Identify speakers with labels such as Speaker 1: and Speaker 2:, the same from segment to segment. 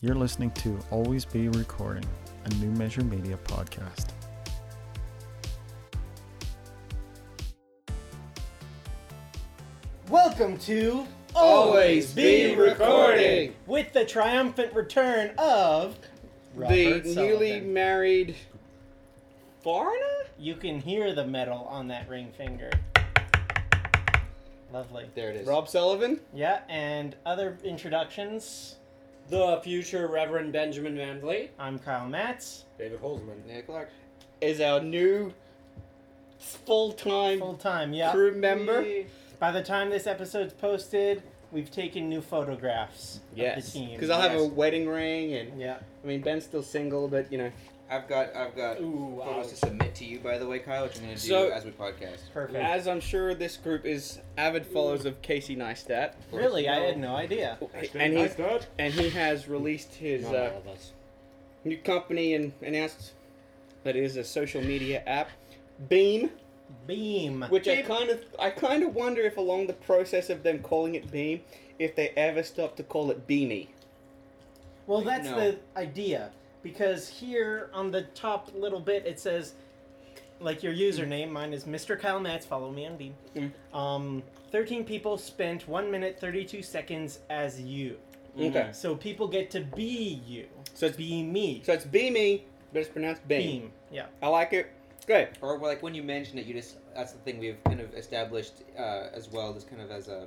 Speaker 1: You're listening to Always Be Recording, a New Measure Media podcast.
Speaker 2: Welcome to
Speaker 3: Always Be Recording.
Speaker 2: with the triumphant return of
Speaker 3: the
Speaker 2: Robert
Speaker 3: newly
Speaker 2: Sullivan.
Speaker 3: married foreigner.
Speaker 2: You can hear the metal on that ring finger. Lovely.
Speaker 3: There it is. Rob Sullivan.
Speaker 2: Yeah, and other introductions.
Speaker 4: the future Reverend Benjamin Van Vliet.
Speaker 2: I'm Kyle Matz,
Speaker 5: David Holzman.
Speaker 3: Nick Clark is our new full-time
Speaker 2: full time. Yeah.
Speaker 3: crew member.
Speaker 2: By the time this episode's posted, we've taken new photographs of the team.
Speaker 3: because I have a
Speaker 4: Yes.
Speaker 3: wedding ring, and
Speaker 2: Yeah.
Speaker 3: I mean Ben's still single, but you know
Speaker 6: I've got I've got
Speaker 4: Ooh, wow.
Speaker 6: photos to submit to you by the way, Kyle, which I'm gonna do
Speaker 3: So-
Speaker 6: as we podcast.
Speaker 2: Perfect.
Speaker 3: as I'm sure this group is avid followers of Casey Neistat,
Speaker 2: really, I had no idea.
Speaker 3: and he and he has released his
Speaker 4: Not
Speaker 3: uh,
Speaker 4: all of us.
Speaker 3: new company and announced that it is a social media app, Beam.
Speaker 2: Beam.
Speaker 3: Which I kind of, I kind of wonder if along the process of them calling it Beam, if they ever stop to call it Beanie.
Speaker 2: Well, that's
Speaker 6: no.
Speaker 2: the idea because here on the top little bit it says, like your username. Mine is Mr. Kyle Matz. Follow me on Beam.
Speaker 3: Mm.
Speaker 2: Um, thirteen people spent one minute thirty-two seconds as you.
Speaker 5: Mm.
Speaker 3: Okay.
Speaker 2: So people get to be you.
Speaker 3: So it's
Speaker 2: be me.
Speaker 3: So it's Beamy, but it's pronounced Beam.
Speaker 2: Beam. Yeah.
Speaker 3: I like it. Great.
Speaker 6: Or like when you mention it, you just that's the thing we've kind of established uh, as well, just kind of as a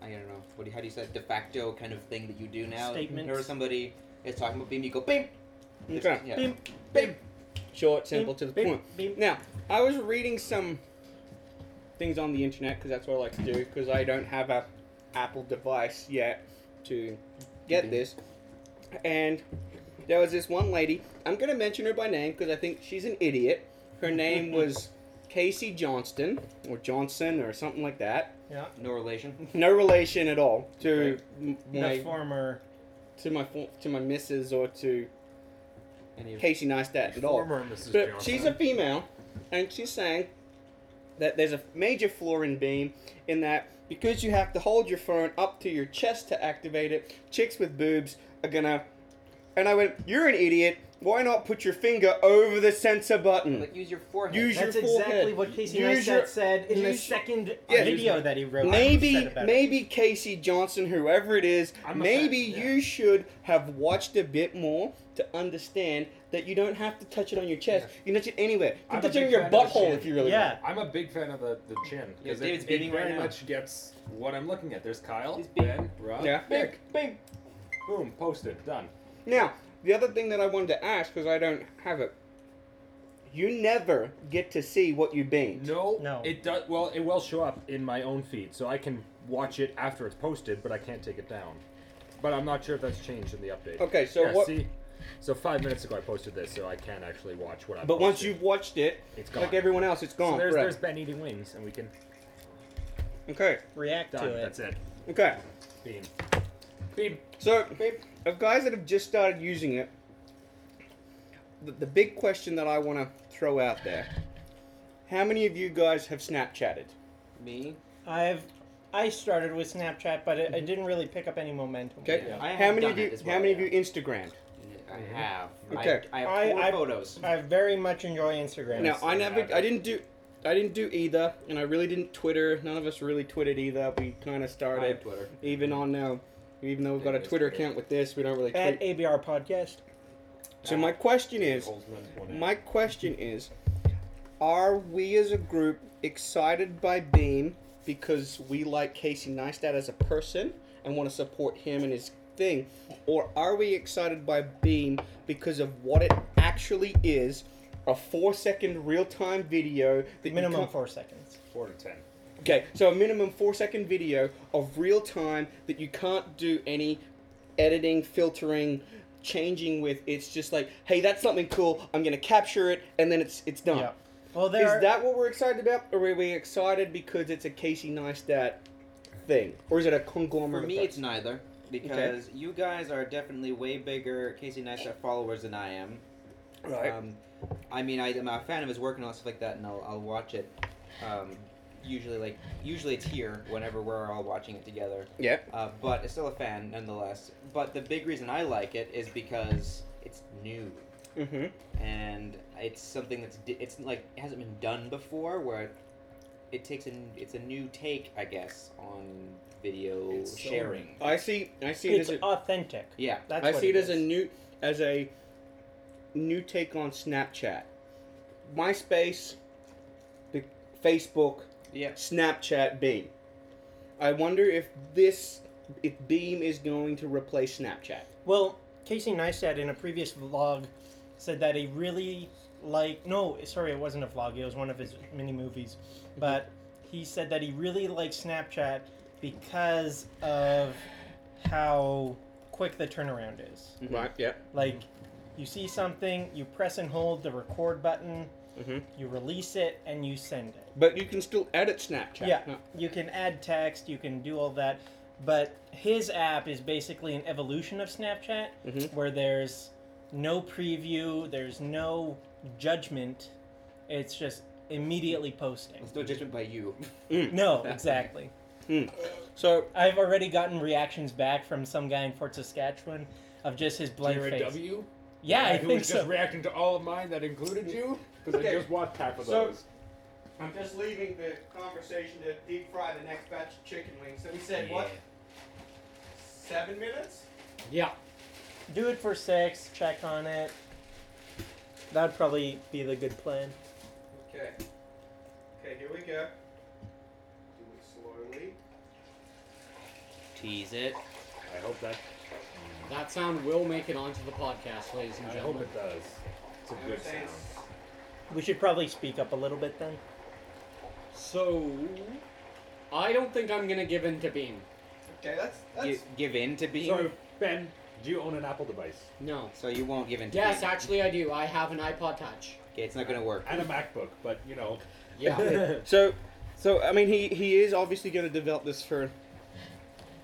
Speaker 6: I don't know what do you, how do you say it? de facto kind of thing that you do now.
Speaker 2: Statement.
Speaker 6: Or somebody is talking about beam, you go beam. It's-
Speaker 3: Okay.
Speaker 6: yeah.
Speaker 2: Beam.
Speaker 3: Beam. Short, simple,
Speaker 2: Beam,
Speaker 3: to the
Speaker 2: beam,
Speaker 3: point.
Speaker 2: Beam.
Speaker 3: Now, I was reading some things on the internet because that's what I like to do because I don't have a Apple device yet to get
Speaker 6: Mhm.
Speaker 3: this. And there was this one lady. I'm gonna mention her by name because I think she's an idiot. Her name was Casey Johnston or Johnson or something like that.
Speaker 2: Yeah.
Speaker 6: No relation.
Speaker 3: No relation at all to m- my
Speaker 2: The former.
Speaker 3: to my fo- to my missus or to
Speaker 6: Any of-
Speaker 3: Casey Neistat at all.
Speaker 5: Former Mrs.
Speaker 3: But
Speaker 5: Johnson.
Speaker 3: she's a female, and she's saying that there's a major flaw in Beam in that because you have to hold your phone up to your chest to activate it, chicks with boobs are gonna. And I went, You're an idiot. Why not put your finger over the sensor button?
Speaker 6: Like use your forehead.
Speaker 3: Use your
Speaker 2: That's
Speaker 3: forehead.
Speaker 2: exactly what Casey
Speaker 3: Use
Speaker 2: Neistat
Speaker 3: your-
Speaker 2: said in the
Speaker 3: use-
Speaker 2: second
Speaker 3: Yeah.
Speaker 2: video that he wrote. Said
Speaker 3: Maybe,
Speaker 2: about it.
Speaker 3: maybe Casey Johnson, whoever it is,
Speaker 5: I'm a
Speaker 3: maybe
Speaker 5: fan, yeah.
Speaker 3: you should have watched a bit more to understand that you don't have to touch it on your chest. You can touch it anywhere. You can
Speaker 5: I'm a
Speaker 3: touch it on
Speaker 5: big
Speaker 3: your
Speaker 5: fan of the
Speaker 3: butthole
Speaker 5: shit.
Speaker 3: if you really want.
Speaker 2: Yeah.
Speaker 5: I'm a big fan of the, the chin.
Speaker 6: Yeah,
Speaker 5: 'cause
Speaker 6: David's
Speaker 5: it,
Speaker 6: beating
Speaker 5: it
Speaker 6: right
Speaker 5: very
Speaker 6: now.
Speaker 5: much gets what I'm looking at. There's Kyle,
Speaker 6: He's beat-
Speaker 5: Ben, Rob,
Speaker 3: Yeah.
Speaker 5: Nick.
Speaker 3: Bing.
Speaker 5: Boom, posted, done.
Speaker 3: Now, the other thing that I wanted to ask because I don't have it, you never get to see what you beamed.
Speaker 5: No,
Speaker 2: No.
Speaker 5: It does well. It will show up in my own feed, so I can watch it after it's posted, but I can't take it down. But I'm not sure if that's changed in the update.
Speaker 3: Okay, so
Speaker 5: yeah,
Speaker 3: what-
Speaker 5: See, so five minutes ago I posted this, so I can actually watch what I.
Speaker 3: But once Oh,
Speaker 5: posted.
Speaker 3: you've watched it,
Speaker 5: It's
Speaker 3: like
Speaker 5: gone.
Speaker 3: everyone else, it's gone.
Speaker 5: so there's,
Speaker 3: right.
Speaker 5: there's Ben eating wings, and we can
Speaker 3: Okay,
Speaker 2: react
Speaker 5: done.
Speaker 2: to it.
Speaker 5: That's it.
Speaker 3: okay.
Speaker 5: Beam.
Speaker 3: So, of guys that have just started using it, the, the big question that I want to throw out there: How many of you guys have Snapchatted?
Speaker 6: me.
Speaker 2: I've I started with Snapchat, but it, I didn't really pick up any momentum.
Speaker 3: Mm-hmm. Okay.
Speaker 6: Yeah. I
Speaker 3: How
Speaker 6: have
Speaker 3: many
Speaker 6: done
Speaker 3: of you?
Speaker 6: it as
Speaker 3: how
Speaker 6: well,
Speaker 3: many of
Speaker 6: yeah.
Speaker 3: you Instagrammed?
Speaker 6: I have.
Speaker 3: Okay.
Speaker 6: I, I have
Speaker 2: I-
Speaker 6: four
Speaker 2: I-
Speaker 6: photos.
Speaker 2: I very much enjoy Instagram.
Speaker 3: No, I never.
Speaker 5: Snapchat.
Speaker 3: I didn't do. I didn't do either, and I really didn't Twitter. None of us really tweeted either. We kind of
Speaker 6: I
Speaker 3: started
Speaker 6: have Twitter.
Speaker 3: even on now. Even though we've got a Twitter account with this, we don't really
Speaker 2: At
Speaker 3: tweet.
Speaker 2: ABR Podcast.
Speaker 3: So my question is,
Speaker 5: Holzman's one in.
Speaker 3: my question is, are we as a group excited by Beam because we like Casey Neistat as a person and want to support him and his thing, or are we excited by Beam because of what it actually is? A four-second real-time video that you
Speaker 2: Minimum
Speaker 3: can't-
Speaker 2: four seconds.
Speaker 5: four to ten.
Speaker 3: Okay, so a minimum four second video of real time that you can't do any editing, filtering, changing with. It's just like, hey, that's something cool. I'm gonna capture it, and then it's it's done.
Speaker 2: Yeah. Well,
Speaker 3: Is
Speaker 2: there. are-
Speaker 3: that what we're excited about, or are we excited because it's a Casey Neistat thing, or is it a
Speaker 6: For
Speaker 3: conglomerate?
Speaker 6: me,
Speaker 3: of
Speaker 6: it's neither because you guys are definitely way bigger Casey Neistat followers than I am.
Speaker 3: things? right.
Speaker 6: Um, I mean, I, am a fan of his work and all stuff like that, and I'll, I'll watch it. Um, usually like usually it's here whenever we're all watching it together.
Speaker 3: Yeah.
Speaker 6: Uh, but it's still a fan nonetheless. But the big reason I like it is because it's new
Speaker 3: Mm-hmm.
Speaker 6: and it's something that's di- it's like it hasn't been done before where it, it takes an it's a new take I guess on video
Speaker 5: It's so-
Speaker 6: sharing.
Speaker 3: I see. I see it
Speaker 2: It's
Speaker 3: as a,
Speaker 2: authentic.
Speaker 6: yeah.
Speaker 2: That's
Speaker 3: I
Speaker 2: what
Speaker 3: see it, as
Speaker 2: is.
Speaker 3: a new as a new take on Snapchat, MySpace, the Facebook,
Speaker 6: Yeah.
Speaker 3: Snapchat Beam. I wonder if this if Beam is going to replace Snapchat.
Speaker 2: Well, Casey Neistat in a previous vlog said that he really like no, sorry, it wasn't a vlog. It was one of his mini movies,
Speaker 3: Mm-hmm.
Speaker 2: but he said that he really liked Snapchat because of how quick the turnaround is.
Speaker 3: Right. Yeah.
Speaker 2: Like, you see something, you press and hold the record button,
Speaker 5: Mm-hmm.
Speaker 3: Mhm.
Speaker 2: you release it, and you send it.
Speaker 3: But you can still edit Snapchat.
Speaker 2: Yeah,
Speaker 3: No.
Speaker 2: you can add text, you can do all that, but his app is basically an evolution of Snapchat,
Speaker 5: Mm-hmm.
Speaker 3: Mhm.
Speaker 2: where there's no preview, there's no judgment. It's just immediately posting.
Speaker 6: It's no judgment by you.
Speaker 2: No, exactly.
Speaker 3: So
Speaker 2: I've already gotten reactions back from some guy in Fort Saskatchewan of just his blank
Speaker 5: You're a
Speaker 2: face.
Speaker 5: W?
Speaker 2: Yeah, I
Speaker 5: Like, who
Speaker 2: think
Speaker 5: was just
Speaker 2: so.
Speaker 5: reacting to all of mine that included you? Because
Speaker 3: Okay.
Speaker 5: I just watched half of
Speaker 3: So-
Speaker 5: those.
Speaker 3: I'm just leaving the conversation to deep fry the next batch of chicken wings. So we said
Speaker 6: what?
Speaker 3: Seven minutes.
Speaker 4: Yeah.
Speaker 2: Do it for six. Check on it. That'd probably be the good plan.
Speaker 3: Okay. Okay. Here we go. Do it slowly.
Speaker 6: Tease it.
Speaker 5: I hope that.
Speaker 4: That sound will make it onto the podcast, ladies and
Speaker 5: I hope
Speaker 4: gentlemen.
Speaker 5: it does. It's a good sound.
Speaker 2: We should probably speak up a little bit then.
Speaker 4: So, I don't think I'm gonna give in to Beam.
Speaker 3: Okay, that's
Speaker 6: Gi- give in to being.
Speaker 5: So, Ben, do you own an Apple device
Speaker 4: No.
Speaker 6: So you won't give in to
Speaker 4: Yes,
Speaker 6: being.
Speaker 4: actually, I do. I have an iPod Touch.
Speaker 6: Okay, it's not gonna work.
Speaker 5: and a MacBook? But you know,
Speaker 4: Yeah.
Speaker 3: so. So I mean, he he is obviously going to develop this for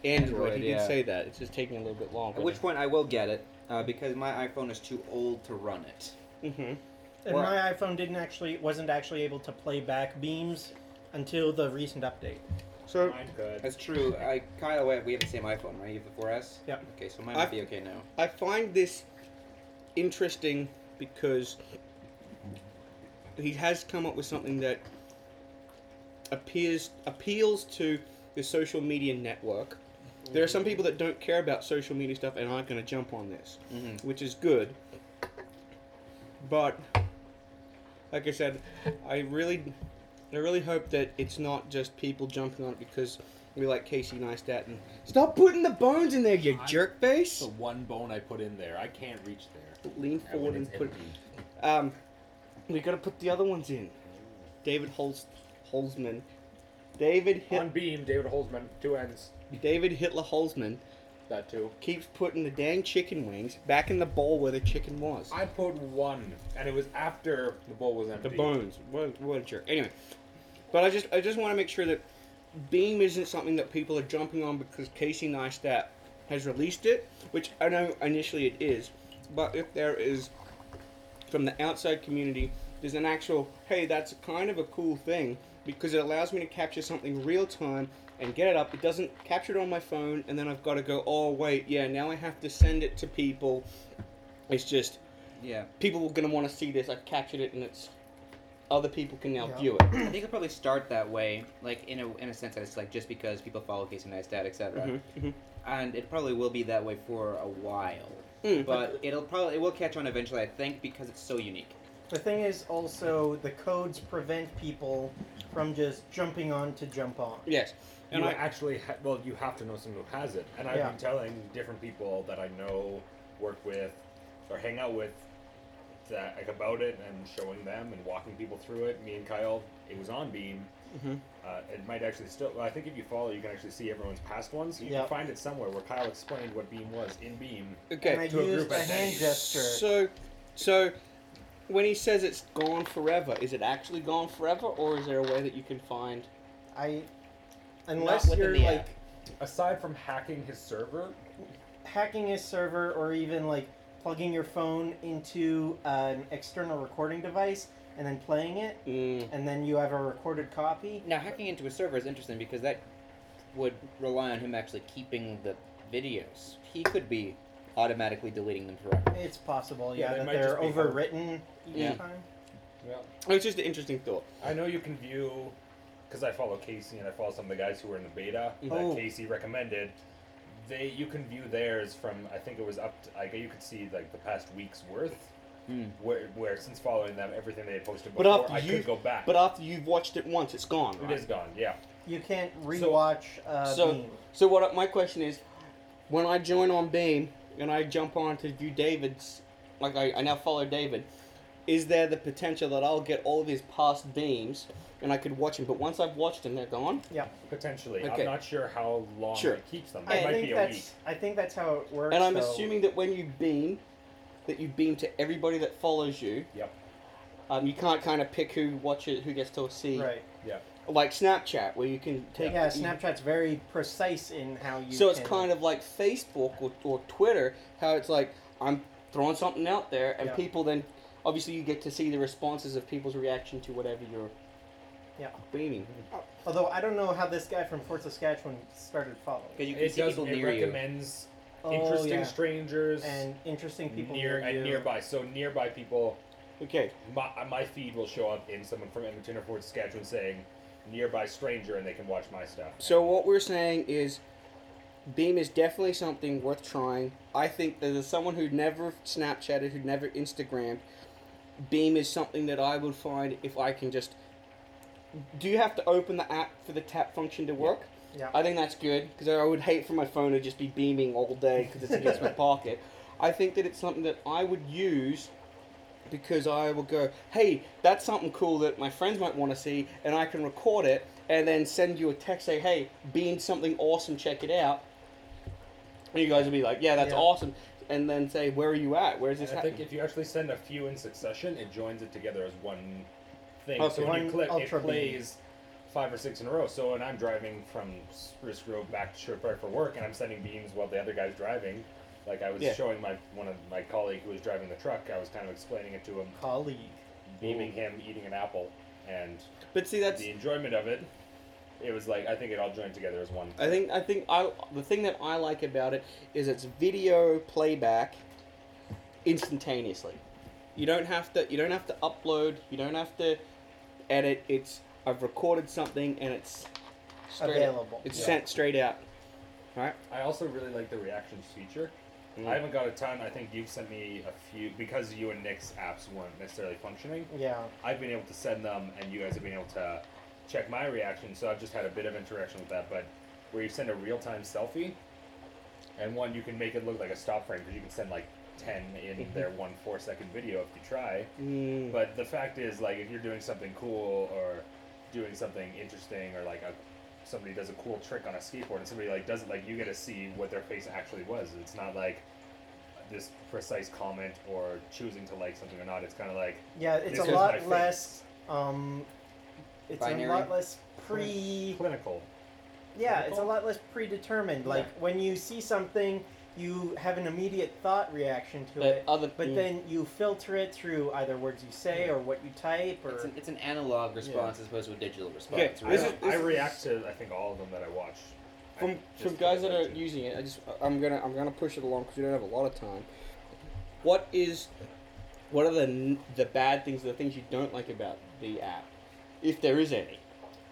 Speaker 3: Android.
Speaker 6: Android,
Speaker 3: he
Speaker 6: yeah.
Speaker 3: did say that. It's just taking a little bit longer.
Speaker 6: At which point I will get it uh, because my iPhone is too old to run it.
Speaker 3: Mhm.
Speaker 2: And
Speaker 6: Or-
Speaker 2: my iPhone didn't actually wasn't actually able to play back beams until the recent update.
Speaker 3: So
Speaker 5: mine could.
Speaker 6: That's true. I Kyle, we have the same iPhone, right? You have the 4S.
Speaker 2: Yep.
Speaker 6: Okay, so mine
Speaker 3: I-
Speaker 6: might be okay now.
Speaker 3: I find this interesting because he has come up with something that appears appeals to the social media network. There are some people that don't care about social media stuff and aren't going to jump on this,
Speaker 6: Mhm.
Speaker 3: which is good. But like I said, I really, I really hope that it's not just people jumping on it because we like Casey Neistat and stop putting the bones in there, you
Speaker 5: I-
Speaker 3: jerk face.
Speaker 5: The one bone I put in there, I can't reach there.
Speaker 3: Lean
Speaker 5: And
Speaker 3: forward
Speaker 5: when
Speaker 3: and
Speaker 5: it's
Speaker 3: put.
Speaker 5: empty,
Speaker 3: Um, we gotta put the other ones in. David Holz, Holzman, David
Speaker 5: One
Speaker 3: Hit,
Speaker 5: beam, David Holzman, two ends,
Speaker 3: David Hitler Holzman
Speaker 5: that too.
Speaker 3: keeps putting the dang chicken wings back in the bowl where the chicken was.
Speaker 5: I put one, and it was after the bowl was empty.
Speaker 3: The bones. What, what a jerk. Anyway, but I just I just want to make sure that Beam isn't something that people are jumping on because Casey Neistat has released it, which I know initially it is, but if there is from the outside community, there's an actual hey, that's kind of a cool thing because it allows me to capture something real time and get it up. It doesn't capture it on my phone, and then I've got to go, oh wait, yeah, now I have to send it to people. It's just
Speaker 6: Yeah.
Speaker 3: people are going to want to see this. I've captured it, and it's other people can now
Speaker 2: Yeah.
Speaker 3: view it.
Speaker 6: I think I'll probably start that way, like in a in a sense that it's like just because people follow Casey Neistat, etc.
Speaker 3: Mm-hmm,
Speaker 6: And it probably will be that way for a while,
Speaker 3: Mm.
Speaker 6: but it'll probably it will catch on eventually, I think, because it's so unique.
Speaker 2: The thing is also the codes prevent people from just jumping on to jump on.
Speaker 3: Yes,
Speaker 5: And
Speaker 3: and
Speaker 5: you
Speaker 3: I,
Speaker 5: actually, ha- well, you have to know someone who has it. And I've
Speaker 2: Yeah.
Speaker 5: been telling different people that I know, work with, or hang out with, that like about it, and showing them and walking people through it. Me and Kyle, it was on Beam.
Speaker 3: Mhm.
Speaker 5: Uh, it might actually still. Well, I think if you follow, you can actually see everyone's past ones. You
Speaker 2: Yeah.
Speaker 5: can find it somewhere where Kyle explained what Beam was in Beam.
Speaker 2: And I
Speaker 3: okay.
Speaker 5: To a group
Speaker 2: used a
Speaker 5: identity.
Speaker 2: hand gesture.
Speaker 3: So, so when he says it's gone forever, is it actually gone forever, or is there a way that you can find?
Speaker 2: I unless
Speaker 6: within
Speaker 2: you're
Speaker 6: the
Speaker 2: like
Speaker 6: app.
Speaker 5: Aside from hacking his server,
Speaker 2: hacking his server or even like plugging your phone into an external recording device, and then playing it,
Speaker 3: Mm.
Speaker 2: and then you have a recorded copy.
Speaker 6: Now, hacking into a server is interesting because that would rely on him actually keeping the videos. He could be automatically deleting them forever.
Speaker 2: It's possible,
Speaker 5: Yeah,
Speaker 2: yeah,
Speaker 5: they
Speaker 2: that
Speaker 5: might
Speaker 2: they're
Speaker 5: just be hard.
Speaker 2: overwritten each
Speaker 6: Yeah.
Speaker 2: time.
Speaker 5: Yeah.
Speaker 3: It's just an interesting thought.
Speaker 5: I know you can view, because I follow Casey and I follow some of the guys who were in the beta
Speaker 6: Mm-hmm.
Speaker 2: Oh.
Speaker 5: that Casey recommended. They you can view theirs from I think it was up. To, like you could see like the past week's worth.
Speaker 6: Hmm.
Speaker 5: Where, where since following them, everything they had posted
Speaker 3: But
Speaker 5: before,
Speaker 3: after
Speaker 5: I
Speaker 3: you-
Speaker 5: could go back.
Speaker 3: But after you've watched it once, it's gone.
Speaker 5: it
Speaker 3: right?
Speaker 5: is gone. Yeah.
Speaker 2: You can't rewatch uh,
Speaker 3: so,
Speaker 2: Beam.
Speaker 3: so what? I- My question is, when I join on Beam and I jump on to view David's, like I, I now follow David, is there the potential that I'll get all of his past Beams and I could watch them? But once I've watched them, they're gone.
Speaker 2: Yeah,
Speaker 5: Potentially,
Speaker 3: Okay.
Speaker 5: I'm not sure how long
Speaker 3: Sure.
Speaker 5: it keeps them. It
Speaker 2: I
Speaker 5: might
Speaker 2: think
Speaker 5: be a
Speaker 2: that's
Speaker 5: week.
Speaker 2: I think that's how it works.
Speaker 3: And I'm
Speaker 2: though.
Speaker 3: assuming that when you beam, that you beam to everybody that follows you.
Speaker 5: Yep.
Speaker 3: Um, you can't kind of pick who watches, who gets to see.
Speaker 2: right.
Speaker 5: Yeah.
Speaker 3: Like Snapchat, where you can take.
Speaker 2: Yeah, Snapchat's very precise in how you.
Speaker 3: So it's
Speaker 2: can-
Speaker 3: kind of like Facebook or, or Twitter, how it's like I'm throwing something out there, and
Speaker 2: Yeah.
Speaker 3: people then obviously you get to see the responses of people's reaction to whatever you're
Speaker 2: Yeah.
Speaker 3: beaming.
Speaker 2: Although I don't know how this guy from Fort Saskatchewan started following.
Speaker 6: Because you can
Speaker 5: It
Speaker 6: see
Speaker 5: does.
Speaker 6: people
Speaker 5: It
Speaker 6: near you.
Speaker 5: recommends
Speaker 2: Oh,
Speaker 5: interesting
Speaker 2: yeah.
Speaker 5: strangers
Speaker 2: and interesting people
Speaker 5: near
Speaker 2: you.
Speaker 5: and nearby. So nearby people
Speaker 3: Okay.
Speaker 5: my, my feed will show up in someone from Edmonton or Fort Saskatchewan saying nearby stranger and they can watch my stuff.
Speaker 3: So what we're saying is, Beam is definitely something worth trying. I think that as someone who never Snapchatted, who never Instagrammed, Beam is something that I would find if I can just. Do you have to open the app for the tap function to work?
Speaker 2: Yeah.
Speaker 3: I think that's good because I would hate for my phone to just be beaming all day because it's against my pocket. I think that it's something that I would use because I will go, hey, that's something cool that my friends might want to see, and I can record it and then send you a text say, hey, being something awesome, check it out. And you guys will be like, yeah, that's
Speaker 2: Yeah.
Speaker 3: awesome, and then say, where are you at? Where is
Speaker 5: And
Speaker 3: this
Speaker 5: I think
Speaker 3: happening?
Speaker 5: if you actually send a few in succession, it joins it together as one thing.
Speaker 3: Oh,
Speaker 5: so
Speaker 2: so
Speaker 5: when you
Speaker 2: one
Speaker 5: click, it
Speaker 2: ultra beam.
Speaker 5: plays five or six in a row. So when I'm driving from Spruce Grove back to Sherwood Park for work, and I'm sending beams while the other guy's driving. Like I was
Speaker 3: Yeah.
Speaker 5: showing my one of my colleague who was driving the truck, I was kind of explaining it to him,
Speaker 2: colleague.
Speaker 5: beaming him eating an apple, and
Speaker 3: But see, that's
Speaker 5: the enjoyment of it. It was like I think it all joined together as one.
Speaker 3: I think I think I the thing that I like about it is it's video playback instantaneously. You don't have to you don't have to upload, you don't have to edit. It's I've recorded something and it's straight out-
Speaker 2: Available.
Speaker 3: It's
Speaker 5: Yeah.
Speaker 3: sent straight out. All right?
Speaker 5: I also really like the reactions feature.
Speaker 3: Mm.
Speaker 5: I haven't got a ton. I think you've sent me a few because you and Nick's apps weren't necessarily functioning.
Speaker 2: Yeah.
Speaker 5: I've been able to send them, and you guys have been able to check my reaction. So I've just had a bit of interaction with that. But where you send a real time selfie, and one you can make it look like a stop frame because you can send like ten in their one four second video if you try.
Speaker 3: Mm.
Speaker 5: But the fact is, like, if you're doing something cool or doing something interesting, or like a, somebody does a cool trick on a skateboard, and somebody like does it, like you get to see what their face actually was. It's not like this precise comment or choosing to like something or not. It's kind of like
Speaker 2: Yeah, it's
Speaker 5: This
Speaker 2: a
Speaker 5: is my
Speaker 2: lot
Speaker 5: face.
Speaker 2: less. Um, it's
Speaker 6: Binary?
Speaker 2: a lot less pre.
Speaker 5: clinical.
Speaker 2: Yeah, it's a
Speaker 5: clinical?
Speaker 2: lot less predetermined. Like when you see something, you have an immediate thought reaction to
Speaker 3: But
Speaker 2: it.
Speaker 3: other
Speaker 2: But
Speaker 3: mm.
Speaker 2: then you filter it through either words you say or what you type or
Speaker 6: It's an, it's an analog response as opposed to a digital response.
Speaker 3: Okay,
Speaker 5: I,
Speaker 3: This
Speaker 6: right?
Speaker 3: is- this
Speaker 5: I
Speaker 3: is-
Speaker 5: react to I think all of them that I watch. I
Speaker 3: from
Speaker 5: just
Speaker 3: from
Speaker 5: put
Speaker 3: guys
Speaker 5: it
Speaker 3: that are
Speaker 5: into-
Speaker 3: using it, I just I'm gonna I'm gonna push it along because we don't have a lot of time. What is what are the n- the bad things, the things you don't like about the app, if there is any?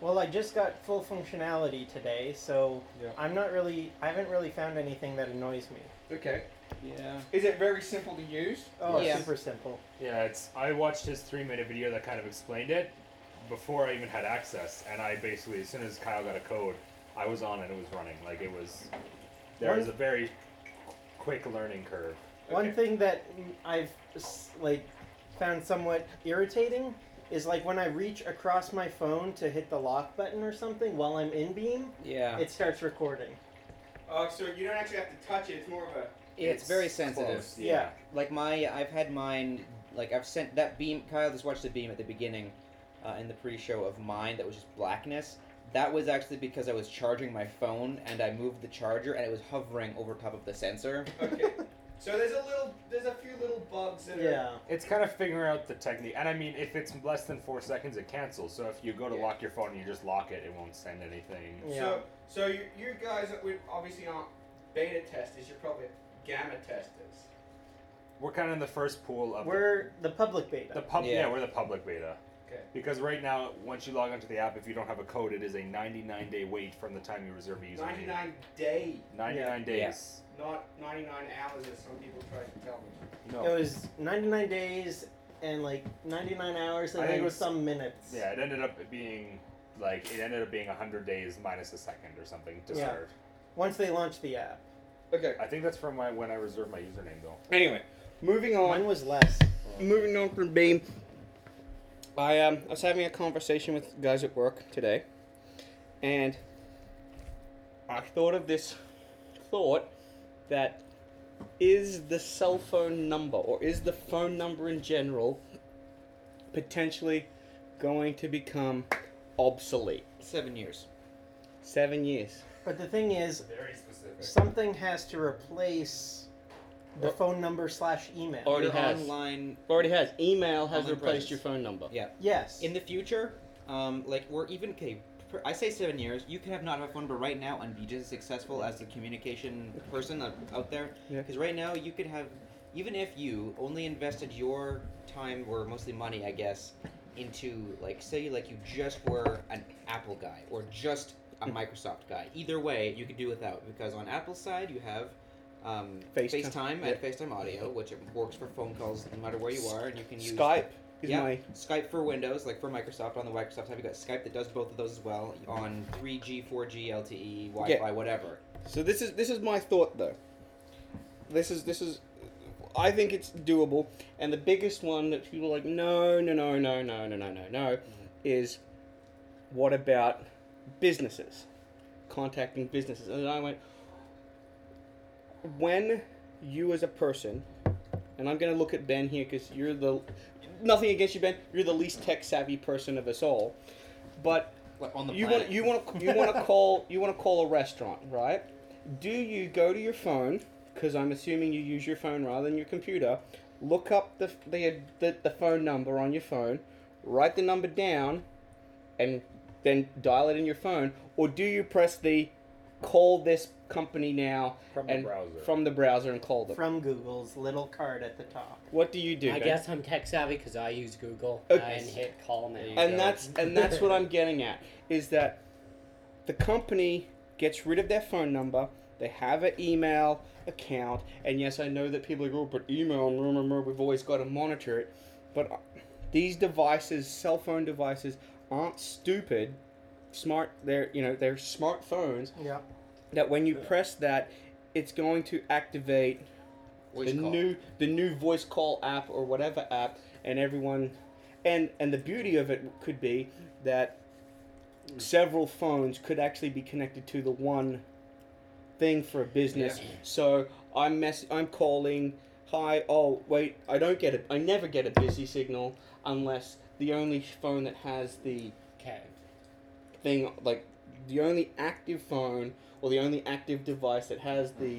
Speaker 2: Well, I just got full functionality today, so
Speaker 3: Yeah.
Speaker 2: I'm not really. I haven't really found anything that annoys me.
Speaker 3: Okay.
Speaker 6: yeah.
Speaker 3: Is it very simple to use?
Speaker 2: Oh, it's
Speaker 6: Yeah.
Speaker 2: super simple.
Speaker 5: Yeah, it's. I watched his three minute video that kind of explained it before I even had access, and I basically, as soon as Kyle got a code, I was on and it was running. Like it was. There was a very quick learning curve.
Speaker 2: One
Speaker 3: Okay.
Speaker 2: thing that mm, I've s- like found somewhat irritating is like when I reach across my phone to hit the lock button or something while I'm in Beam,
Speaker 6: Yeah.
Speaker 2: it starts recording.
Speaker 3: Oh, so you don't actually have to touch it. It's more of a.
Speaker 6: It's, very sensitive.
Speaker 5: close,
Speaker 2: Yeah.
Speaker 6: Like my, I've had mine. Like I've sent that beam. Kyle just watched the beam at the beginning, uh, in the pre-show of mine. That was just blackness. That was actually because I was charging my phone and I moved the charger and it was hovering over top of the sensor.
Speaker 3: Okay.
Speaker 7: So there's a little, there's a few little bugs that are.
Speaker 5: It's kind of figuring out the technique, and I mean, if it's less than four seconds, it cancels. So if you go to
Speaker 7: Yeah.
Speaker 5: lock your phone and you just lock it, it won't send anything.
Speaker 2: Yeah.
Speaker 7: So, so you, you guys that we obviously aren't beta testers. You're probably gamma testers.
Speaker 5: We're kind of in the first pool of the-
Speaker 2: We're the public beta.
Speaker 5: the, pub.
Speaker 6: Yeah.
Speaker 5: Yeah. we're the public beta.
Speaker 7: Okay.
Speaker 5: Because right now, once you log onto the app, if you don't have a code, it is a 99 day wait from the time you reserve a username.
Speaker 7: 99 day,
Speaker 5: 99 days.
Speaker 7: not 99 hours, as some people try to tell me.
Speaker 5: No.
Speaker 2: It was 99 days and like 99 hours and
Speaker 5: I think
Speaker 2: then
Speaker 5: it was-
Speaker 2: some minutes.
Speaker 5: Yeah, it ended up being like it ended up being 100 days minus a second or something to
Speaker 2: Yeah.
Speaker 5: serve.
Speaker 2: Once they launched the app,
Speaker 3: Okay.
Speaker 5: I think that's from my, when I reserved my username though.
Speaker 3: Anyway, moving on.
Speaker 2: mine was less.
Speaker 3: moving on from Beam, I um I was having a conversation with guys at work today, and I thought of this thought that is the cell phone number or is the phone number in general potentially going to become obsolete?
Speaker 6: Seven years.
Speaker 3: Seven years.
Speaker 2: But the thing is,
Speaker 5: Very specific.
Speaker 2: something has to replace the phone number slash email.
Speaker 3: Already
Speaker 6: Your
Speaker 3: has.
Speaker 6: Online.
Speaker 3: Already has. Email has
Speaker 6: Online
Speaker 3: replaced
Speaker 6: presence.
Speaker 3: your phone number.
Speaker 6: Yeah.
Speaker 2: yes.
Speaker 6: In the future, um, like we're even okay. per- I say seven years. You could have not have a phone, but right now, and be just as successful as the communication person out- out there.
Speaker 3: Yeah.
Speaker 6: Because right now, you could have, even if you only invested your time or mostly money, I guess, into like say like you just were an Apple guy or just a
Speaker 3: Mm.
Speaker 6: Microsoft guy. Either way, you could do without because on Apple's side, you have. Um,
Speaker 3: FaceTime.
Speaker 6: FaceTime and FaceTime Audio, which it works for phone calls no matter where you are, and you can use
Speaker 3: Skype is
Speaker 6: yeah,
Speaker 3: my
Speaker 6: Skype for Windows, like for Microsoft on the Microsoft side, we got Skype that does both of those as well on 3G, 4G, LTE, E, Wi-Fi, whatever.
Speaker 3: So this is this is my thought though. This is this is I think it's doable and the biggest one that people are like no no no no no no no no no is what about businesses contacting businesses and I went when you as a person and I'm going to look at Ben here cuz you're the nothing against you Ben you're the least tech savvy person of us all but
Speaker 6: Like on the
Speaker 3: you
Speaker 6: planet.
Speaker 3: want you want to you want to call you want to call a restaurant, right? Do you go to your phone because I'm assuming you use your phone rather than your computer? Look up the the, the the phone number on your phone, write the number down, and then dial it in your phone, or do you press the call this company now
Speaker 5: From the
Speaker 3: and
Speaker 5: browser.
Speaker 3: from the browser and call them?
Speaker 2: From Google's little card at the top.
Speaker 3: what do you do?
Speaker 8: I
Speaker 3: Ben?
Speaker 8: guess I'm tech savvy because I use Google
Speaker 3: Okay.
Speaker 8: and hit call now.
Speaker 3: and that's and that's what I'm getting at is that the company gets rid of their phone number. They have an email account, and yes, I know that people are like, oh, but email, and remember, we've always got to monitor it. But uh, these devices, cell phone devices, aren't stupid. Smart, they're you know they're smartphones
Speaker 2: Yeah.
Speaker 3: that when you press that, it's going to activate
Speaker 6: Voice
Speaker 3: the
Speaker 6: call.
Speaker 3: new the new voice call app or whatever app, and everyone, and and the beauty of it could be that several phones could actually be connected to the one thing for a business. So I'm mess I'm calling. Hi. Oh wait, I don't get it. I never get a busy signal unless the only phone that has the
Speaker 8: Okay.
Speaker 3: thing like the only active phone or the only active device that has the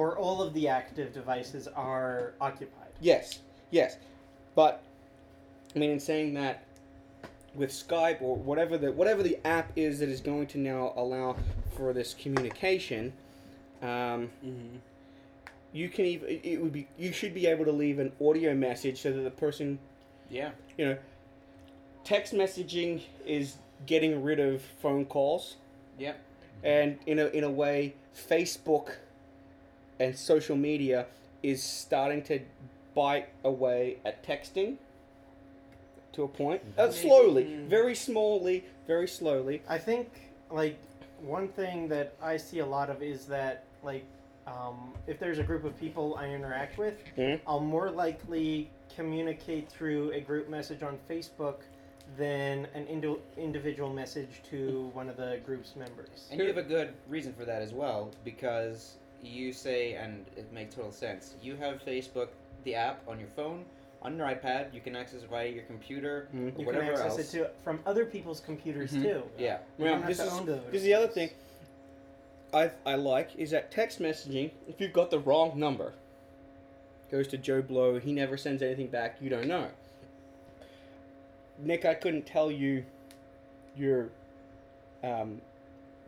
Speaker 2: Or all of the active devices are occupied.
Speaker 3: yes yes but i mean in saying that with skype or whatever the whatever the app is that is going to now allow for this communication um, you can even it- it would be you should be able to leave an audio message so that the person
Speaker 6: Yeah.
Speaker 3: you know text messaging is getting rid of phone calls
Speaker 6: Yep.
Speaker 3: and in a, in a way facebook and social media is starting to bite away at texting to a point uh, slowly very slowly very slowly
Speaker 2: I think like one thing that I see a lot of is that like um, if there's a group of people I interact with,
Speaker 3: Mhm.
Speaker 2: I'll more likely communicate through a group message on Facebook than an indi- individual message to one of the group's members.
Speaker 6: And you have a good reason for that as well, because you say, and it makes total sense, you have Facebook, the app, on your phone, on your iPad, you can access it via your computer,
Speaker 3: Mhm.
Speaker 6: or
Speaker 2: You can
Speaker 6: whatever
Speaker 2: access
Speaker 6: else.
Speaker 2: it to from other people's computers
Speaker 6: Mhm.
Speaker 2: too.
Speaker 6: yeah.
Speaker 2: You
Speaker 3: Well,
Speaker 2: don't have
Speaker 3: this
Speaker 2: to
Speaker 3: is-
Speaker 2: own those.
Speaker 3: because the other thing I, I like is that text messaging if you've got the wrong number goes to Joe Blow. He never sends anything back. You don't know. Nick, I couldn't tell you your um,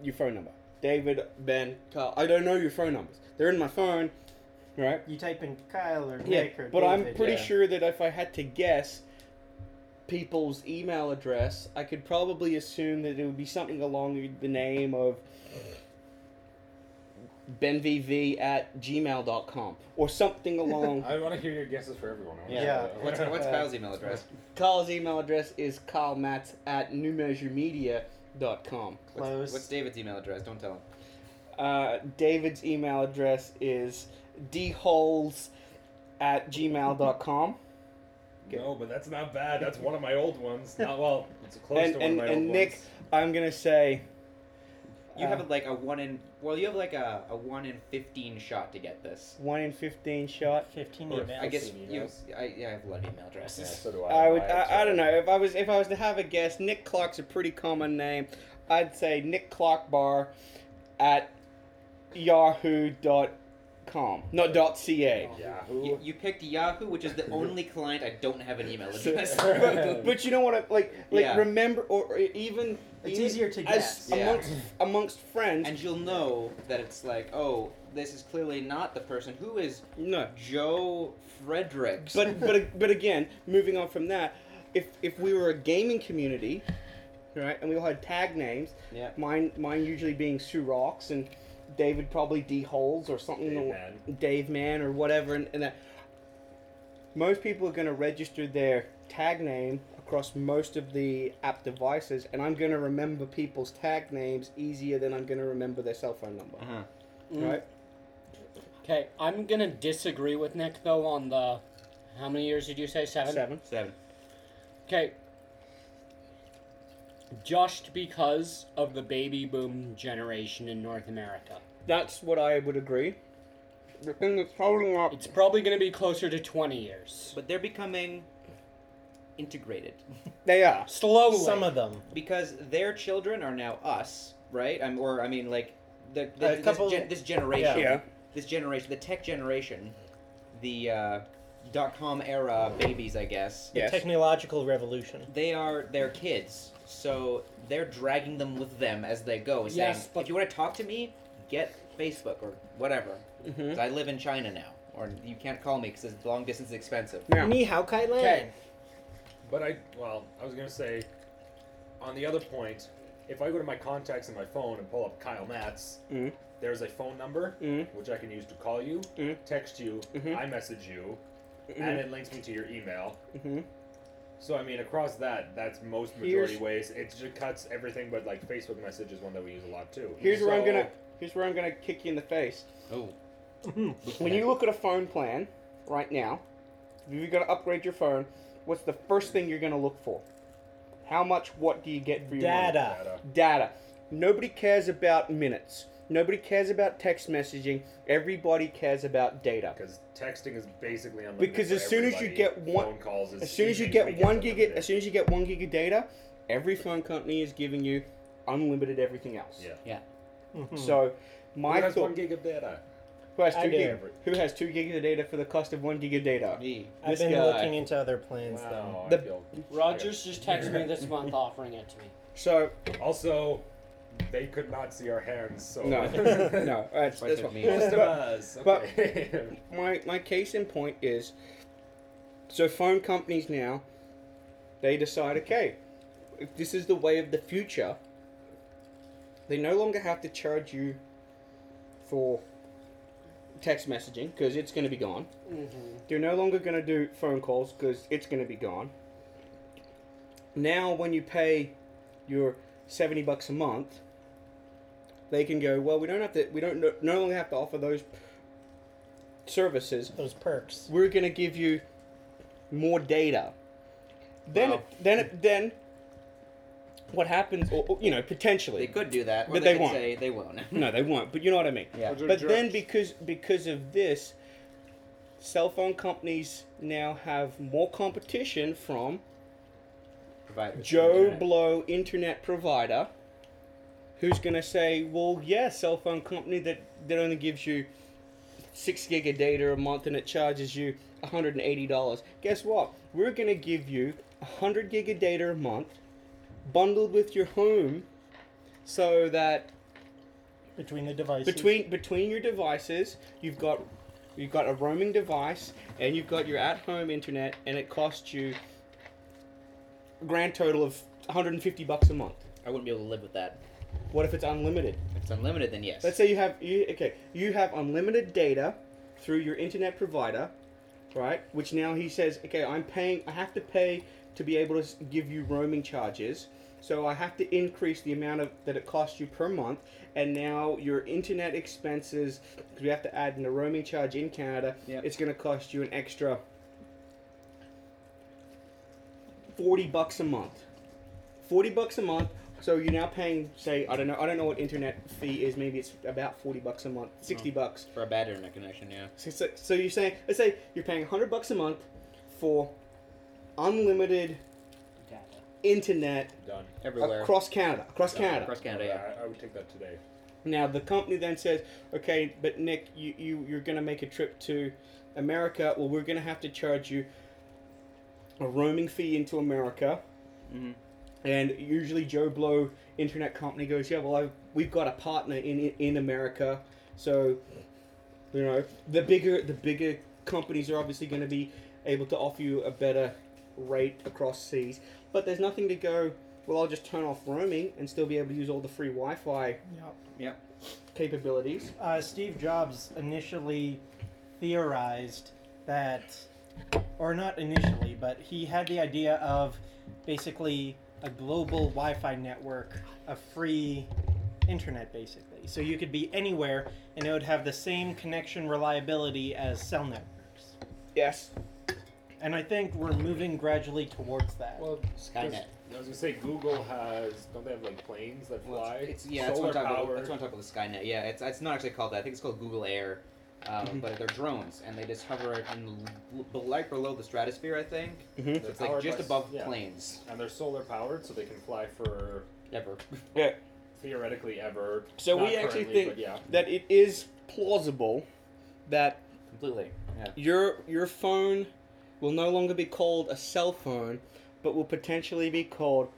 Speaker 3: your phone number. David, Ben, Carl. I don't know your phone numbers. They're in my phone, right?
Speaker 2: You type in Kyle or
Speaker 3: Yeah,
Speaker 2: Nick or
Speaker 3: but I'm
Speaker 2: David,
Speaker 3: pretty
Speaker 2: yeah.
Speaker 3: sure that if I had to guess people's email address, I could probably assume that it would be something along the name of benvv at gmail.com or something along.
Speaker 5: I want to hear your guesses for everyone. I wanna
Speaker 2: Yeah.
Speaker 5: know.
Speaker 6: What's, what's
Speaker 2: Uh,
Speaker 6: Kyle's email address?
Speaker 3: Carl's email address is carlmatz at newmeasuremedia.com.
Speaker 2: Close.
Speaker 6: What's, what's David's email address? Don't tell him.
Speaker 3: Uh, David's email address is dholes at gmail.com.
Speaker 5: No, but that's not bad. That's one of my old ones. Not well. It's close
Speaker 3: And,
Speaker 5: to one
Speaker 3: and,
Speaker 5: of my
Speaker 3: and
Speaker 5: old
Speaker 3: Nick,
Speaker 5: ones.
Speaker 3: I'm going to say.
Speaker 6: You
Speaker 3: uh,
Speaker 6: have like a one in well, you have like a, a one in fifteen shot to get this.
Speaker 3: one in fifteen shot.
Speaker 2: 15
Speaker 5: Or-
Speaker 2: emails.
Speaker 6: I guess
Speaker 5: seen
Speaker 6: you.
Speaker 5: emails.
Speaker 6: I, yeah, I have a lot of email
Speaker 5: Yeah,
Speaker 6: addresses.
Speaker 5: so do I.
Speaker 3: I would.
Speaker 5: have
Speaker 3: I, I
Speaker 5: two.
Speaker 3: don't know if I was if I was to have a guess. Nick Clark's a pretty common name. I'd say Nick Clark Bar at yahoo.com, not dot .ca.
Speaker 2: Oh.
Speaker 5: Yeah.
Speaker 6: You, you picked Yahoo, which is the only client I don't have an email
Speaker 3: So-
Speaker 6: address.
Speaker 3: but, but you know what? I, like like
Speaker 6: Yeah.
Speaker 3: remember or, or even
Speaker 2: It's
Speaker 3: even
Speaker 2: easier to
Speaker 3: as
Speaker 2: guess.
Speaker 6: Yeah.
Speaker 3: amongst amongst friends.
Speaker 6: and you'll know that it's like, oh, this is clearly not the person. Who is
Speaker 3: no,
Speaker 6: Joe Fredericks?
Speaker 3: but but but again, moving on from that, if if we were a gaming community, right, and we all had tag names,
Speaker 6: yeah,
Speaker 3: mine mine usually being Sue Rocks and David probably D Holes or something
Speaker 5: Dave
Speaker 3: al-
Speaker 5: Mann.
Speaker 3: Dave Mann or whatever and, and that most people are going to register their tag name across most of the app devices and I'm going to remember people's tag names easier than I'm going to remember their cell phone number
Speaker 6: Uh-huh.
Speaker 3: right
Speaker 8: Okay, I'm gonna disagree with Nick though on the. How many years did you say? Seven.
Speaker 3: seven
Speaker 6: seven.
Speaker 8: Okay. Just because of the baby boom generation in North America,
Speaker 3: that's what I would agree the thing that's holding up
Speaker 8: it's probably gonna be closer to twenty years.
Speaker 6: But they're becoming integrated
Speaker 3: they are
Speaker 8: Slowly.
Speaker 2: Some of them.
Speaker 6: because their children are now us, right? I'm, or I mean, like the,
Speaker 2: A
Speaker 6: the
Speaker 2: couple-
Speaker 6: this, gen- this generation,
Speaker 3: Yeah.
Speaker 6: this generation, the tech generation, the uh, dot com era babies, I guess.
Speaker 3: yes
Speaker 2: Technological revolution.
Speaker 6: They are their kids, so they're dragging them with them as they go. Saying,
Speaker 8: Yes, but-
Speaker 6: if you want to talk to me, get Facebook or whatever. 'cause I live in China now, or you can't call me because long distance is expensive.
Speaker 3: now
Speaker 2: Ni hao kai lan.
Speaker 8: Okay.
Speaker 5: But I, well, I was gonna say, on the other point, if I go to my contacts in my phone and pull up Kyle Matz,
Speaker 3: Mhm.
Speaker 5: there's a phone number
Speaker 3: Mhm.
Speaker 5: which I can use to call you,
Speaker 3: Mhm.
Speaker 5: text you,
Speaker 3: Mhm.
Speaker 5: I message you,
Speaker 3: Mhm.
Speaker 5: and it links me to your email.
Speaker 3: Mhm.
Speaker 5: So I mean, across that, that's most majority ways. It just cuts everything, but like Facebook message is one that we use a lot too.
Speaker 3: here's where I'm
Speaker 5: So-
Speaker 3: gonna here's where I'm gonna kick you in the face
Speaker 6: Oh,
Speaker 3: When you look at a phone plan right now, if you're going to upgrade your phone, what's the first thing you're going to look for? How much, what do you get for your money?
Speaker 2: Data.
Speaker 5: Data.
Speaker 3: Data. Nobody cares about minutes. Nobody cares about text messaging. Everybody cares about data.
Speaker 5: Because texting is basically unlimited.
Speaker 3: Because
Speaker 5: for
Speaker 3: as soon as you
Speaker 5: everybody.
Speaker 3: get one-
Speaker 5: phone calls is
Speaker 3: As soon as you
Speaker 5: easy
Speaker 3: get
Speaker 5: make
Speaker 3: one gig,
Speaker 5: unlimited.
Speaker 3: as soon as you get one gig of data, every phone company is giving you unlimited everything else.
Speaker 5: yeah.
Speaker 3: So,
Speaker 5: Who
Speaker 3: my
Speaker 5: has
Speaker 3: thought,
Speaker 5: one gig of data?
Speaker 3: who has
Speaker 2: I
Speaker 3: two
Speaker 2: do.
Speaker 3: gig, who has two gigs of data for the cost of one gig of data?
Speaker 6: me.
Speaker 2: I've
Speaker 3: This
Speaker 2: been
Speaker 3: guy.
Speaker 2: looking into other plans though.
Speaker 5: Wow, I
Speaker 3: The-
Speaker 5: feel-
Speaker 8: Rogers just texted me this month offering it to me.
Speaker 3: So
Speaker 5: Also, they could not see our hands, so
Speaker 3: no, no, that's,
Speaker 6: Why
Speaker 3: that's
Speaker 6: took
Speaker 3: what
Speaker 6: me?
Speaker 5: Most of
Speaker 3: But-
Speaker 5: us.
Speaker 3: but-
Speaker 5: Okay.
Speaker 3: my my case in point is so phone companies now they decide okay if this is the way of the future they no longer have to charge you for text messaging because it's going to be gone they're no longer going to do phone calls because it's going to be gone now when you pay your 70 bucks a month they can go well we don't have to we don't no, no longer have to offer those services
Speaker 2: Those perks.
Speaker 3: we're gonna give you more data. Then,
Speaker 6: Wow.
Speaker 3: then, then, what happens? Or, or, you know, potentially.
Speaker 6: They could do that, or
Speaker 3: But they
Speaker 6: they, could
Speaker 3: won't.
Speaker 6: say they won't.
Speaker 3: No, they won't. But you know what I mean.
Speaker 6: Yeah.
Speaker 3: But then, because because of this, cell phone companies now have more competition from
Speaker 6: Providers.
Speaker 3: Joe
Speaker 6: Internet.
Speaker 3: Blow internet provider, who's gonna say, "Well, yeah, cell phone company that that only gives you six gig of data a month and it charges you $180. Guess what? We're going to give you 100 gig of data a month bundled with your home so that
Speaker 2: between the devices.
Speaker 3: between between your devices you've got you've got a roaming device and you've got your at-home internet and it costs you a grand total of 150 bucks a month
Speaker 6: I wouldn't be able to live with that.
Speaker 3: what if it's unlimited
Speaker 6: If it's unlimited, then yes.
Speaker 3: let's say you have you, okay you have unlimited data through your internet provider right which now he says okay i'm paying i have to pay to be able to s- give you roaming charges so i have to increase the amount of that it costs you per month and now your internet expenses because we have to add in a roaming charge in canada
Speaker 6: Yep.
Speaker 3: it's going to cost you an extra 40 bucks a month 40 bucks a month so you're now paying say i don't know i don't know what internet fee is maybe it's about 40 bucks a month 60 bucks
Speaker 6: for a bad internet connection, yeah.
Speaker 3: so, so, so you're saying, let's say you're paying 100 bucks a month for unlimited internet
Speaker 5: Done. Uh,
Speaker 6: Everywhere.
Speaker 3: across Canada. Across Canada.
Speaker 6: Across Canada, yeah.
Speaker 5: I, I would take that today.
Speaker 3: Now the company then says, okay, but Nick, you, you you're gonna make a trip to America. Well, we're gonna have to charge you a roaming fee into America.
Speaker 6: Mhm.
Speaker 3: And usually Joe Blow internet company goes, yeah, well, i we've got a partner in in America, so you know the bigger the bigger companies are obviously going to be able to offer you a better rate across seas. But there's nothing to go. Well, I'll just turn off roaming and still be able to use all the free Wi-Fi
Speaker 2: Yep.
Speaker 3: capabilities.
Speaker 2: uh, Steve Jobs initially theorized that, or not initially, but he had the idea of basically a global Wi Fi network, a free internet, basically. So you could be anywhere and it would have the same connection reliability as cell networks.
Speaker 3: Yes.
Speaker 2: And I think we're moving gradually towards that.
Speaker 5: Well,
Speaker 6: Skynet.
Speaker 5: I was gonna say Google has. Don't they have like planes that fly?
Speaker 6: Well, it's, it's- yeah, that's
Speaker 5: solar
Speaker 6: what, I'm talking about,
Speaker 5: powered.
Speaker 6: that's what I'm talking about with Skynet. Yeah, it's, it's not actually called that. I think it's called Google Air. Um,
Speaker 3: Mm-hmm.
Speaker 6: But they're drones, and they just hover in, l- l- like below the stratosphere, I think.
Speaker 3: Mhm.
Speaker 6: So
Speaker 5: Powered
Speaker 6: it's like
Speaker 5: by
Speaker 6: just
Speaker 5: s-
Speaker 6: above
Speaker 5: yeah.
Speaker 6: planes.
Speaker 5: And they're solar powered, so they can fly for
Speaker 6: Ever.
Speaker 3: Yeah.
Speaker 5: theoretically ever.
Speaker 3: So
Speaker 5: Not
Speaker 3: we actually
Speaker 5: currently,
Speaker 3: think-
Speaker 5: but yeah.
Speaker 3: That it is plausible that
Speaker 6: Completely. Yeah.
Speaker 3: your your phone will no longer be called a cell phone, but will potentially be called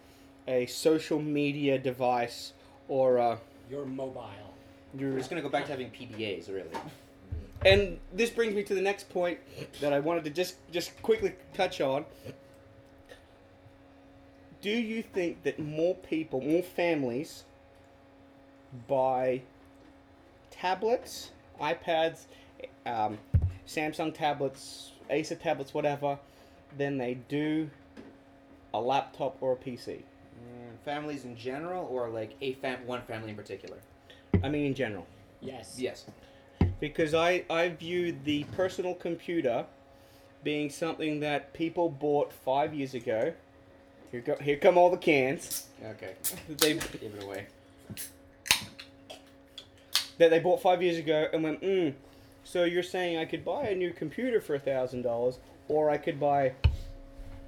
Speaker 3: a social media device or uh,
Speaker 8: You're mobile.
Speaker 3: your
Speaker 6: We're just going to go back to having PDAs, really.
Speaker 3: And this brings me to the next point that I wanted to just just quickly touch on. Do you think that more people, more families buy tablets, iPads, um, Samsung tablets, Acer tablets, whatever, than they do a laptop or a PC?
Speaker 6: Mm, families in general, or like a fam- one family in particular?
Speaker 3: I mean, in general.
Speaker 8: Yes.
Speaker 6: Yes.
Speaker 3: because I, I view the personal computer being something that people bought five years ago. Here, go, here come all the cans
Speaker 6: Okay.
Speaker 3: that they
Speaker 6: Give it away.
Speaker 3: that they bought five years ago and went, mm, so you're saying I could buy a new computer for thousand dollars, or I could buy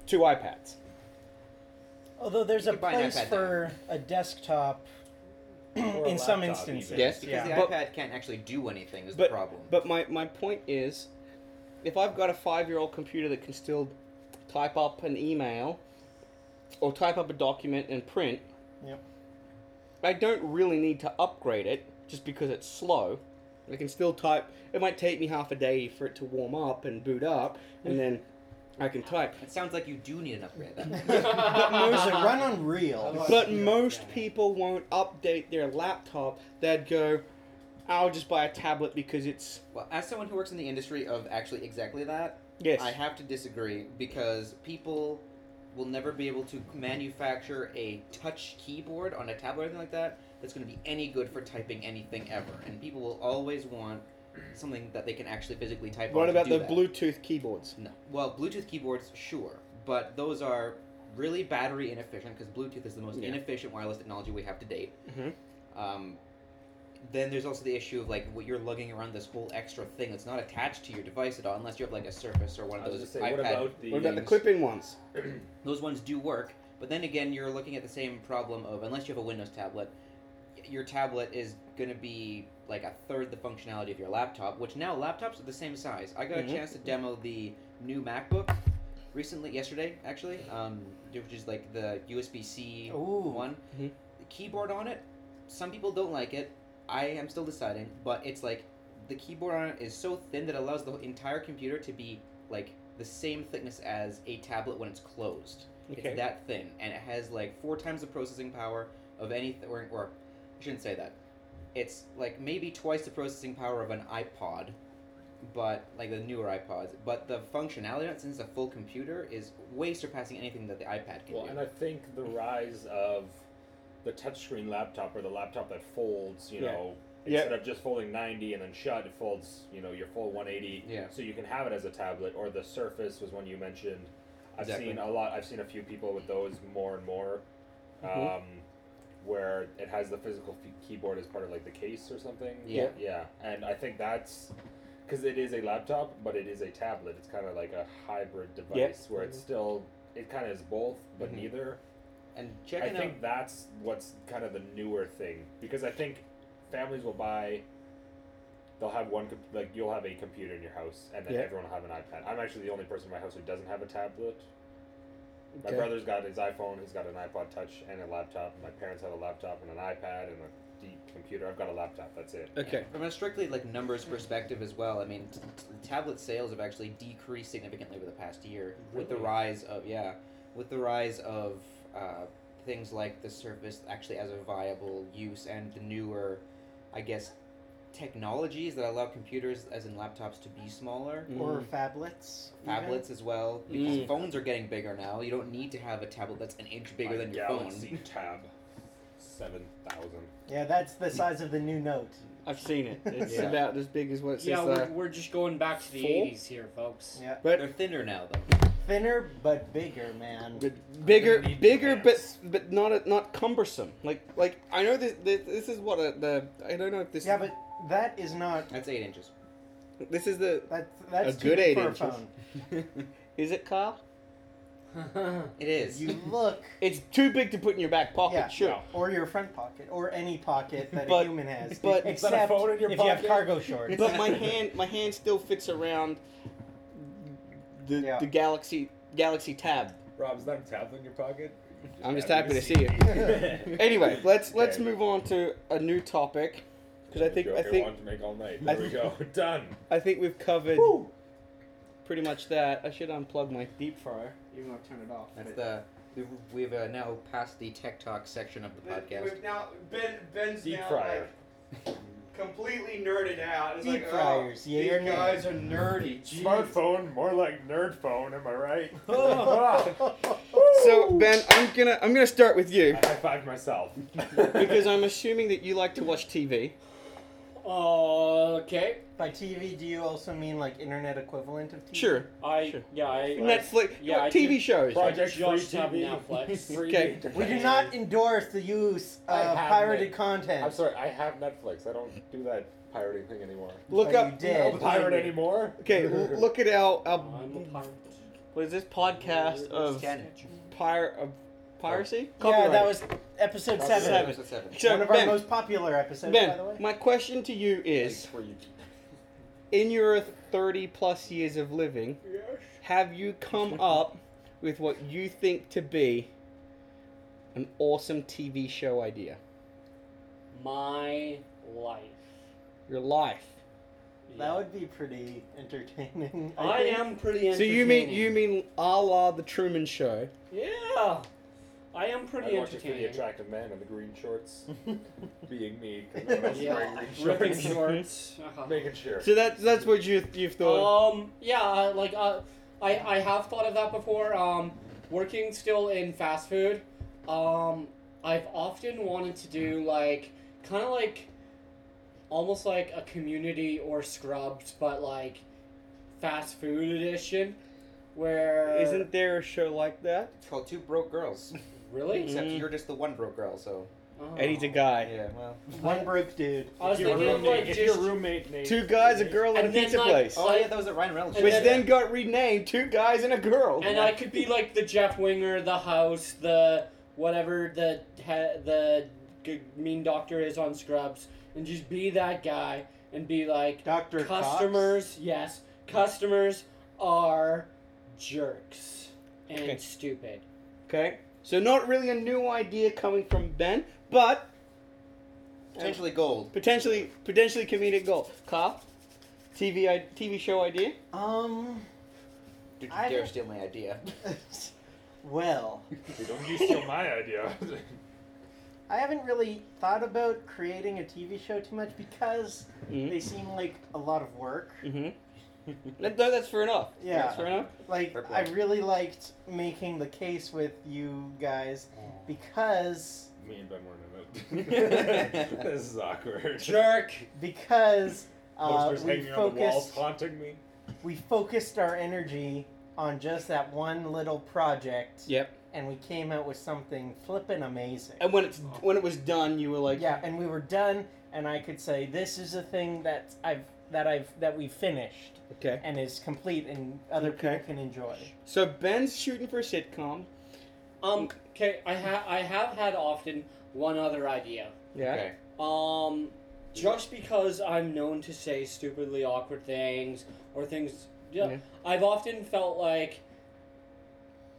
Speaker 3: two iPads.
Speaker 2: Although there's
Speaker 6: You
Speaker 2: a
Speaker 6: could buy an
Speaker 2: place
Speaker 6: iPad now.
Speaker 2: for a desktop
Speaker 5: Or a
Speaker 2: in some
Speaker 5: laptop, even.
Speaker 2: instances.
Speaker 6: Yes, because
Speaker 2: yeah.
Speaker 6: the
Speaker 3: But-
Speaker 6: iPad can't actually do anything is
Speaker 3: But-
Speaker 6: the problem.
Speaker 3: But my, my point is, if I've got a five year old computer that can still type up an email or type up a document and print,
Speaker 2: Yep.
Speaker 3: I don't really need to upgrade it just because it's slow. I can still type. It might take me half a day for it to warm up and boot up, and then I can type.
Speaker 6: it sounds like you do need an upgrade. Then.
Speaker 2: But Moza, run on real.
Speaker 3: But most people won't update their laptop. They'd go, I'll just buy a tablet because it's.
Speaker 6: well, as someone who works in the industry of actually exactly that,
Speaker 3: Yes.
Speaker 6: I have to disagree because people will never be able to manufacture a touch keyboard on a tablet or anything like that that's going to be any good for typing anything ever. And people will always want something that they can actually physically type on.
Speaker 3: What
Speaker 6: to
Speaker 3: about
Speaker 6: do
Speaker 3: the
Speaker 6: that.
Speaker 3: Bluetooth keyboards?
Speaker 6: No. Well, Bluetooth keyboards, sure, but those are really battery inefficient because Bluetooth is the most
Speaker 3: Yeah.
Speaker 6: inefficient wireless technology we have to date.
Speaker 3: Mhm.
Speaker 5: Mm-hmm.
Speaker 6: Um, then there's also the issue of like what you're lugging around this whole extra thing that's not attached to your device at all, unless you have like a Surface or one of
Speaker 5: I was
Speaker 6: those
Speaker 5: gonna say,
Speaker 6: iPad.
Speaker 5: what about the?
Speaker 3: What about the clip-in ones?
Speaker 6: Those ones do work, but then again, you're looking at the same problem of unless you have a Windows tablet, your tablet is going to be like a third the functionality of your laptop, which now laptops are the same size. I got
Speaker 3: Mhm.
Speaker 6: a chance to demo the new MacBook recently, yesterday actually, um, which is like the USB C
Speaker 2: Ooh.
Speaker 6: one.
Speaker 3: Mhm.
Speaker 6: The keyboard on it, some people don't like it. I am still deciding, but it's like the keyboard on it is so thin that it allows the entire computer to be like the same thickness as a tablet when it's closed.
Speaker 3: Okay.
Speaker 6: It's that thin, and it has like four times the processing power of any, or, or I shouldn't say that. It's like maybe twice the processing power of an iPod, but like the newer iPods. But the functionality, on it, since it's a full computer, is way surpassing anything that the iPad can
Speaker 5: Well,
Speaker 6: do.
Speaker 5: and I think the rise of the touchscreen laptop or the laptop that folds, you
Speaker 3: Yeah.
Speaker 5: know,
Speaker 3: Yeah.
Speaker 5: instead of just folding 90 and then shut, it folds, you know, your full 180.
Speaker 6: Yeah.
Speaker 5: So you can have it as a tablet, or the Surface was one you mentioned. I've
Speaker 6: Exactly.
Speaker 5: seen a lot, I've seen a few people with those more and more,
Speaker 3: Mhm.
Speaker 6: Mm-hmm.
Speaker 5: um, where it has the physical f- keyboard as part of like the case or something.
Speaker 6: Yeah.
Speaker 5: Yeah. And I think that's. Because it is a laptop, but it is a tablet. It's kind of like a hybrid device where it's still, it kind of is both, but
Speaker 6: Mhm.
Speaker 5: neither.
Speaker 6: and
Speaker 5: I
Speaker 6: checking out.
Speaker 5: think that's what's kind of the newer thing because I think families will buy. They'll have one com- like you'll have a computer in your house, and then
Speaker 3: Yeah.
Speaker 5: everyone will have an iPad. I'm actually the only person in my house who doesn't have a tablet. My
Speaker 3: Okay.
Speaker 5: brother's got his iPhone. He's got an iPod Touch and a laptop. My parents have a laptop and an iPad and a deep computer. I've got a laptop. That's it.
Speaker 3: Okay.
Speaker 6: From a strictly like numbers perspective as well, I mean, t- t- tablet sales have actually decreased significantly over the past year with the
Speaker 4: Really?
Speaker 6: rise of yeah, with the rise of uh, things like the Surface actually as a viable use and the newer, I guess, technologies that allow computers as in laptops to be smaller,
Speaker 2: Or
Speaker 3: Mm.
Speaker 2: phablets.
Speaker 6: Mm.
Speaker 2: even.
Speaker 6: tablets as well because
Speaker 8: Mm.
Speaker 6: phones are getting bigger now. You don't need to have a tablet that's an inch bigger
Speaker 5: My
Speaker 6: than your
Speaker 5: Galaxy
Speaker 6: phone.
Speaker 5: Tab, seven thousand.
Speaker 2: Yeah, that's the size of the new note.
Speaker 3: I've seen it. It's
Speaker 6: Yeah.
Speaker 3: about as big as what it says
Speaker 8: yeah,
Speaker 3: there.
Speaker 8: we're, we're just going back to the
Speaker 3: Four?
Speaker 8: 80s here, folks.
Speaker 2: Yeah.
Speaker 6: They're thinner now though.
Speaker 2: Thinner but bigger, man.
Speaker 3: But bigger,
Speaker 5: need
Speaker 3: bigger, but
Speaker 5: pants.
Speaker 3: but not not cumbersome. Like like I know this this, this is what a, the I don't know if this
Speaker 2: Yeah, but that is not
Speaker 6: That's eight inches.
Speaker 3: this is the
Speaker 2: that's that's
Speaker 3: A
Speaker 2: too
Speaker 3: good
Speaker 2: big
Speaker 3: eight
Speaker 2: for
Speaker 3: inches.
Speaker 2: a phone.
Speaker 3: is it Kyle?
Speaker 6: It is.
Speaker 2: You look
Speaker 3: It's too big to put in your back pocket.
Speaker 2: Yeah.
Speaker 3: sure.
Speaker 2: or your front pocket or any pocket that a
Speaker 3: But-
Speaker 2: human has.
Speaker 3: but- but a
Speaker 2: except
Speaker 5: phone in your
Speaker 2: if you have
Speaker 5: pocket?
Speaker 2: cargo shorts.
Speaker 3: But my hand my hand still fits around the
Speaker 2: Yeah.
Speaker 3: the Galaxy Galaxy Tab.
Speaker 5: Rob, is that a tablet in your pocket?
Speaker 3: I'm just happy to see
Speaker 5: you.
Speaker 3: Anyway, let's let's
Speaker 5: Okay.
Speaker 3: move on to a new topic because I think
Speaker 5: Joke
Speaker 3: I think
Speaker 5: wanted to make all night.
Speaker 3: I
Speaker 5: There we go. Done.
Speaker 3: I think we've covered
Speaker 2: Woo!
Speaker 3: pretty much that. I should unplug my deep fryer even though I turned it off.
Speaker 6: That's
Speaker 3: but-
Speaker 6: the we've, we've uh, now passed the tech talk section of the podcast.
Speaker 7: We've now Ben Ben's
Speaker 5: Deep
Speaker 7: now
Speaker 5: fryer.
Speaker 7: like, completely nerded out. It's
Speaker 2: Deep
Speaker 7: like,
Speaker 2: fryers,
Speaker 7: Oh,
Speaker 2: yeah, you're
Speaker 7: these
Speaker 2: nerdy."
Speaker 7: guys are nerdy. Jeez.
Speaker 5: Smartphone, more like nerd phone, am I right?
Speaker 3: So Ben, I'm gonna I'm gonna start with you.
Speaker 5: I high fived myself.
Speaker 3: because I'm assuming that you like to watch TV.
Speaker 8: Uh, Okay.
Speaker 2: By TV, do you also mean like internet equivalent of TV?
Speaker 3: Sure.
Speaker 8: I
Speaker 3: Sure.
Speaker 8: yeah I
Speaker 3: Netflix.
Speaker 8: Yeah, I
Speaker 3: TV
Speaker 8: do.
Speaker 3: shows.
Speaker 8: I
Speaker 5: Project
Speaker 8: just
Speaker 5: Free
Speaker 8: have
Speaker 5: TV.
Speaker 8: Netflix.
Speaker 3: Okay.
Speaker 2: We do not endorse the use
Speaker 5: I
Speaker 2: of
Speaker 5: have
Speaker 2: pirated
Speaker 5: it.
Speaker 2: content.
Speaker 5: I'm sorry, I have Netflix. I don't do that pirating thing anymore.
Speaker 3: Look
Speaker 2: But Oh, you
Speaker 3: up.
Speaker 2: did.
Speaker 5: No pirate anymore?
Speaker 3: Okay, l- look at our, our
Speaker 8: I'm a pirate.
Speaker 3: what is this podcast of pir- of piracy?
Speaker 2: Yeah,
Speaker 3: Copyright.
Speaker 2: that was episode
Speaker 5: Copyright.
Speaker 2: seven.
Speaker 3: Seven.
Speaker 6: Episode seven.
Speaker 3: So,
Speaker 2: One of our
Speaker 3: ben,
Speaker 2: most popular episodes, by the way.
Speaker 3: ben, my question to you is:
Speaker 5: Free.
Speaker 3: In your thirty-plus years of living, have you come up with what you think to be an awesome TV show idea?
Speaker 8: My life.
Speaker 3: Your life.
Speaker 2: That would be pretty entertaining.
Speaker 8: I,
Speaker 2: think.
Speaker 8: am pretty.
Speaker 3: So you mean
Speaker 8: entertaining.
Speaker 3: you mean a la the Truman Show?
Speaker 8: Yeah. I am pretty
Speaker 5: I watch a pretty
Speaker 8: entertaining.
Speaker 5: attractive man in the green shorts. Being me, because no one else is
Speaker 8: Yeah.
Speaker 5: wearing green
Speaker 8: Ripping
Speaker 5: shorts.
Speaker 8: shorts. Uh-huh.
Speaker 5: Making sure.
Speaker 3: So that's that's what you you've thought.
Speaker 8: Um, yeah, uh, like uh, I, I have thought of that before. Um, working still in fast food, um, I've often wanted to do like kind of like almost like a community or scrubbed, but like fast food edition, where
Speaker 3: Oh, Isn't there a show like that?
Speaker 6: It's called Two Broke Girls.
Speaker 8: really?
Speaker 6: Except
Speaker 2: Mm-hmm.
Speaker 3: Mhm.
Speaker 6: you're just the one broke girl, so
Speaker 8: Oh.
Speaker 3: And he's a guy.
Speaker 6: yeah. Well,
Speaker 2: One broke dude.
Speaker 8: I was
Speaker 5: If your
Speaker 8: thinking
Speaker 5: roommate-
Speaker 8: like
Speaker 5: if
Speaker 8: just
Speaker 5: your roommate named
Speaker 3: Two guys, a girl, and,
Speaker 8: And
Speaker 3: a
Speaker 8: then,
Speaker 3: pizza
Speaker 8: like,
Speaker 3: place.
Speaker 6: oh yeah, that was at Ryan Reynolds.
Speaker 3: Which
Speaker 8: and
Speaker 3: then got renamed Two Guys and a Girl.
Speaker 8: And I could be like the Jeff Winger, the house, the whatever, the he- the g- mean doctor is on Scrubs, and just be that guy and be like,
Speaker 3: Doctor
Speaker 8: customers, yes, customers are jerks and
Speaker 3: Okay.
Speaker 8: stupid.
Speaker 3: Okay. So not really a new idea coming from Ben, but
Speaker 6: Potentially gold.
Speaker 3: potentially potentially comedic goal. Kyle, TV i- TV show idea.
Speaker 2: Um.
Speaker 6: Did you
Speaker 2: I
Speaker 6: dare
Speaker 2: don't-
Speaker 6: steal my idea?
Speaker 2: well,
Speaker 5: Don't you steal my idea.
Speaker 2: I haven't really thought about creating a TV show too much because
Speaker 5: Mm-hmm.
Speaker 2: they seem like a lot of work.
Speaker 3: Mm-hmm. that, no, that's fair enough.
Speaker 2: Yeah.
Speaker 3: that's fair enough.
Speaker 2: Like
Speaker 6: Fair play.
Speaker 2: I really liked making the case with you guys
Speaker 5: Oh.
Speaker 2: because
Speaker 5: Me and Ben weren't in it. this is awkward.
Speaker 8: Jerk.
Speaker 2: because uh,
Speaker 5: Posters
Speaker 2: we
Speaker 5: hanging on the walls
Speaker 2: focused
Speaker 5: haunting me.
Speaker 2: we focused our energy on just that one little project
Speaker 3: Yep.
Speaker 2: and we came out with something flippin' amazing.
Speaker 3: And when it's when it was done, you were like,
Speaker 2: yeah, and we were done and I could say this is a thing that I've that I've that we finished
Speaker 3: Okay.
Speaker 2: and is complete and other
Speaker 3: Okay.
Speaker 2: people can enjoy.
Speaker 3: So Ben's shooting for a sitcom.
Speaker 8: Um. Okay. I ha- I have had often one other idea.
Speaker 3: Yeah.
Speaker 6: Okay.
Speaker 8: Um, just because I'm known to say stupidly awkward things or things, yeah,
Speaker 3: Yeah.
Speaker 8: I've often felt like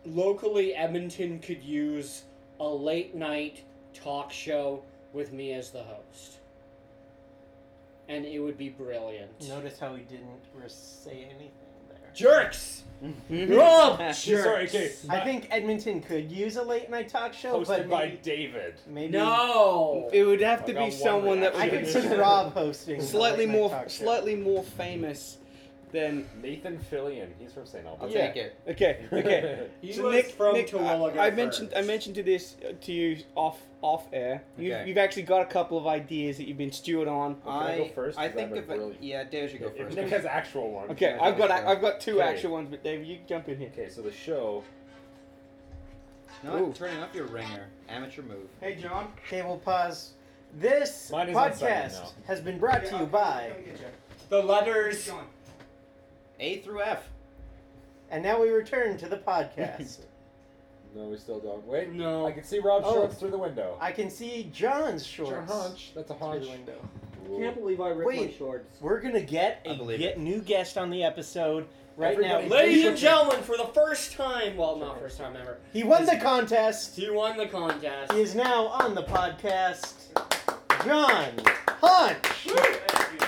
Speaker 8: locally Edmonton could use a late night talk show with me as the host, and it would be brilliant.
Speaker 2: Notice how he didn't re- say anything there.
Speaker 8: Jerks, you're all jerks.
Speaker 5: Sorry, okay.
Speaker 2: I think Edmonton could use a late night talk show,
Speaker 5: Hosted
Speaker 2: but
Speaker 5: by
Speaker 2: maybe,
Speaker 5: David.
Speaker 2: maybe
Speaker 8: No.
Speaker 3: It would have
Speaker 5: I
Speaker 3: to
Speaker 5: got
Speaker 3: be
Speaker 5: one
Speaker 3: someone that
Speaker 2: I
Speaker 5: reaction.
Speaker 2: could
Speaker 3: was
Speaker 2: see Rob hosting a
Speaker 3: slightly
Speaker 2: late-night
Speaker 3: more
Speaker 2: talk show.
Speaker 3: slightly more famous than
Speaker 5: Nathan Fillion. He's from St.
Speaker 6: I'll
Speaker 5: Albans.
Speaker 3: Yeah.
Speaker 6: take it.
Speaker 3: Okay, okay.
Speaker 8: He
Speaker 3: so
Speaker 8: was
Speaker 3: Nick,
Speaker 8: from
Speaker 3: Nick,
Speaker 8: Terwilliger
Speaker 3: I, I mentioned I
Speaker 8: first.
Speaker 3: mentioned to this uh, to you off off air. You've,
Speaker 6: Okay.
Speaker 3: you've actually got a couple of ideas that you've been stewed on.
Speaker 5: I go first?
Speaker 6: I,
Speaker 5: 'Cause I
Speaker 6: think
Speaker 5: have a
Speaker 6: if I,
Speaker 5: brilliant-
Speaker 6: yeah, Dave should go
Speaker 5: If
Speaker 6: first.
Speaker 5: Nick has actual ones.
Speaker 3: Okay,
Speaker 6: Yeah,
Speaker 3: I've got
Speaker 6: okay.
Speaker 3: I've got two
Speaker 5: Okay.
Speaker 3: actual ones, but Dave, you jump in here.
Speaker 5: Okay, so the show.
Speaker 6: Not
Speaker 3: Ooh.
Speaker 6: turning up your ringer. Amateur move.
Speaker 7: Hey, John.
Speaker 2: Okay, we'll pause. This
Speaker 5: Mine is on silent
Speaker 2: podcast
Speaker 5: now.
Speaker 2: has been brought to
Speaker 7: Yeah,
Speaker 2: you
Speaker 7: I'll
Speaker 2: by,
Speaker 7: come get ya.
Speaker 8: The
Speaker 7: Where's
Speaker 8: letters.
Speaker 7: John?
Speaker 6: A through F.
Speaker 2: and now we return to the podcast.
Speaker 5: No, we still don't. Wait.
Speaker 8: No.
Speaker 5: I can see Rob's
Speaker 2: Oh.
Speaker 5: shorts through the window.
Speaker 2: I can see John's
Speaker 5: Sure,
Speaker 2: shorts
Speaker 5: hunch. That's a
Speaker 2: through
Speaker 5: hunch.
Speaker 2: the window.
Speaker 5: Ooh.
Speaker 8: believe I
Speaker 2: ripped my Wait.
Speaker 8: shorts.
Speaker 2: We're gonna get
Speaker 6: I
Speaker 2: a
Speaker 6: believe
Speaker 2: get new guest on the episode right now.
Speaker 5: Everybody-
Speaker 8: Ladies and gentlemen, for the first time, well, not first time ever,
Speaker 2: He won the contest.
Speaker 8: He won the contest.
Speaker 2: He is now on the podcast. John Hunch.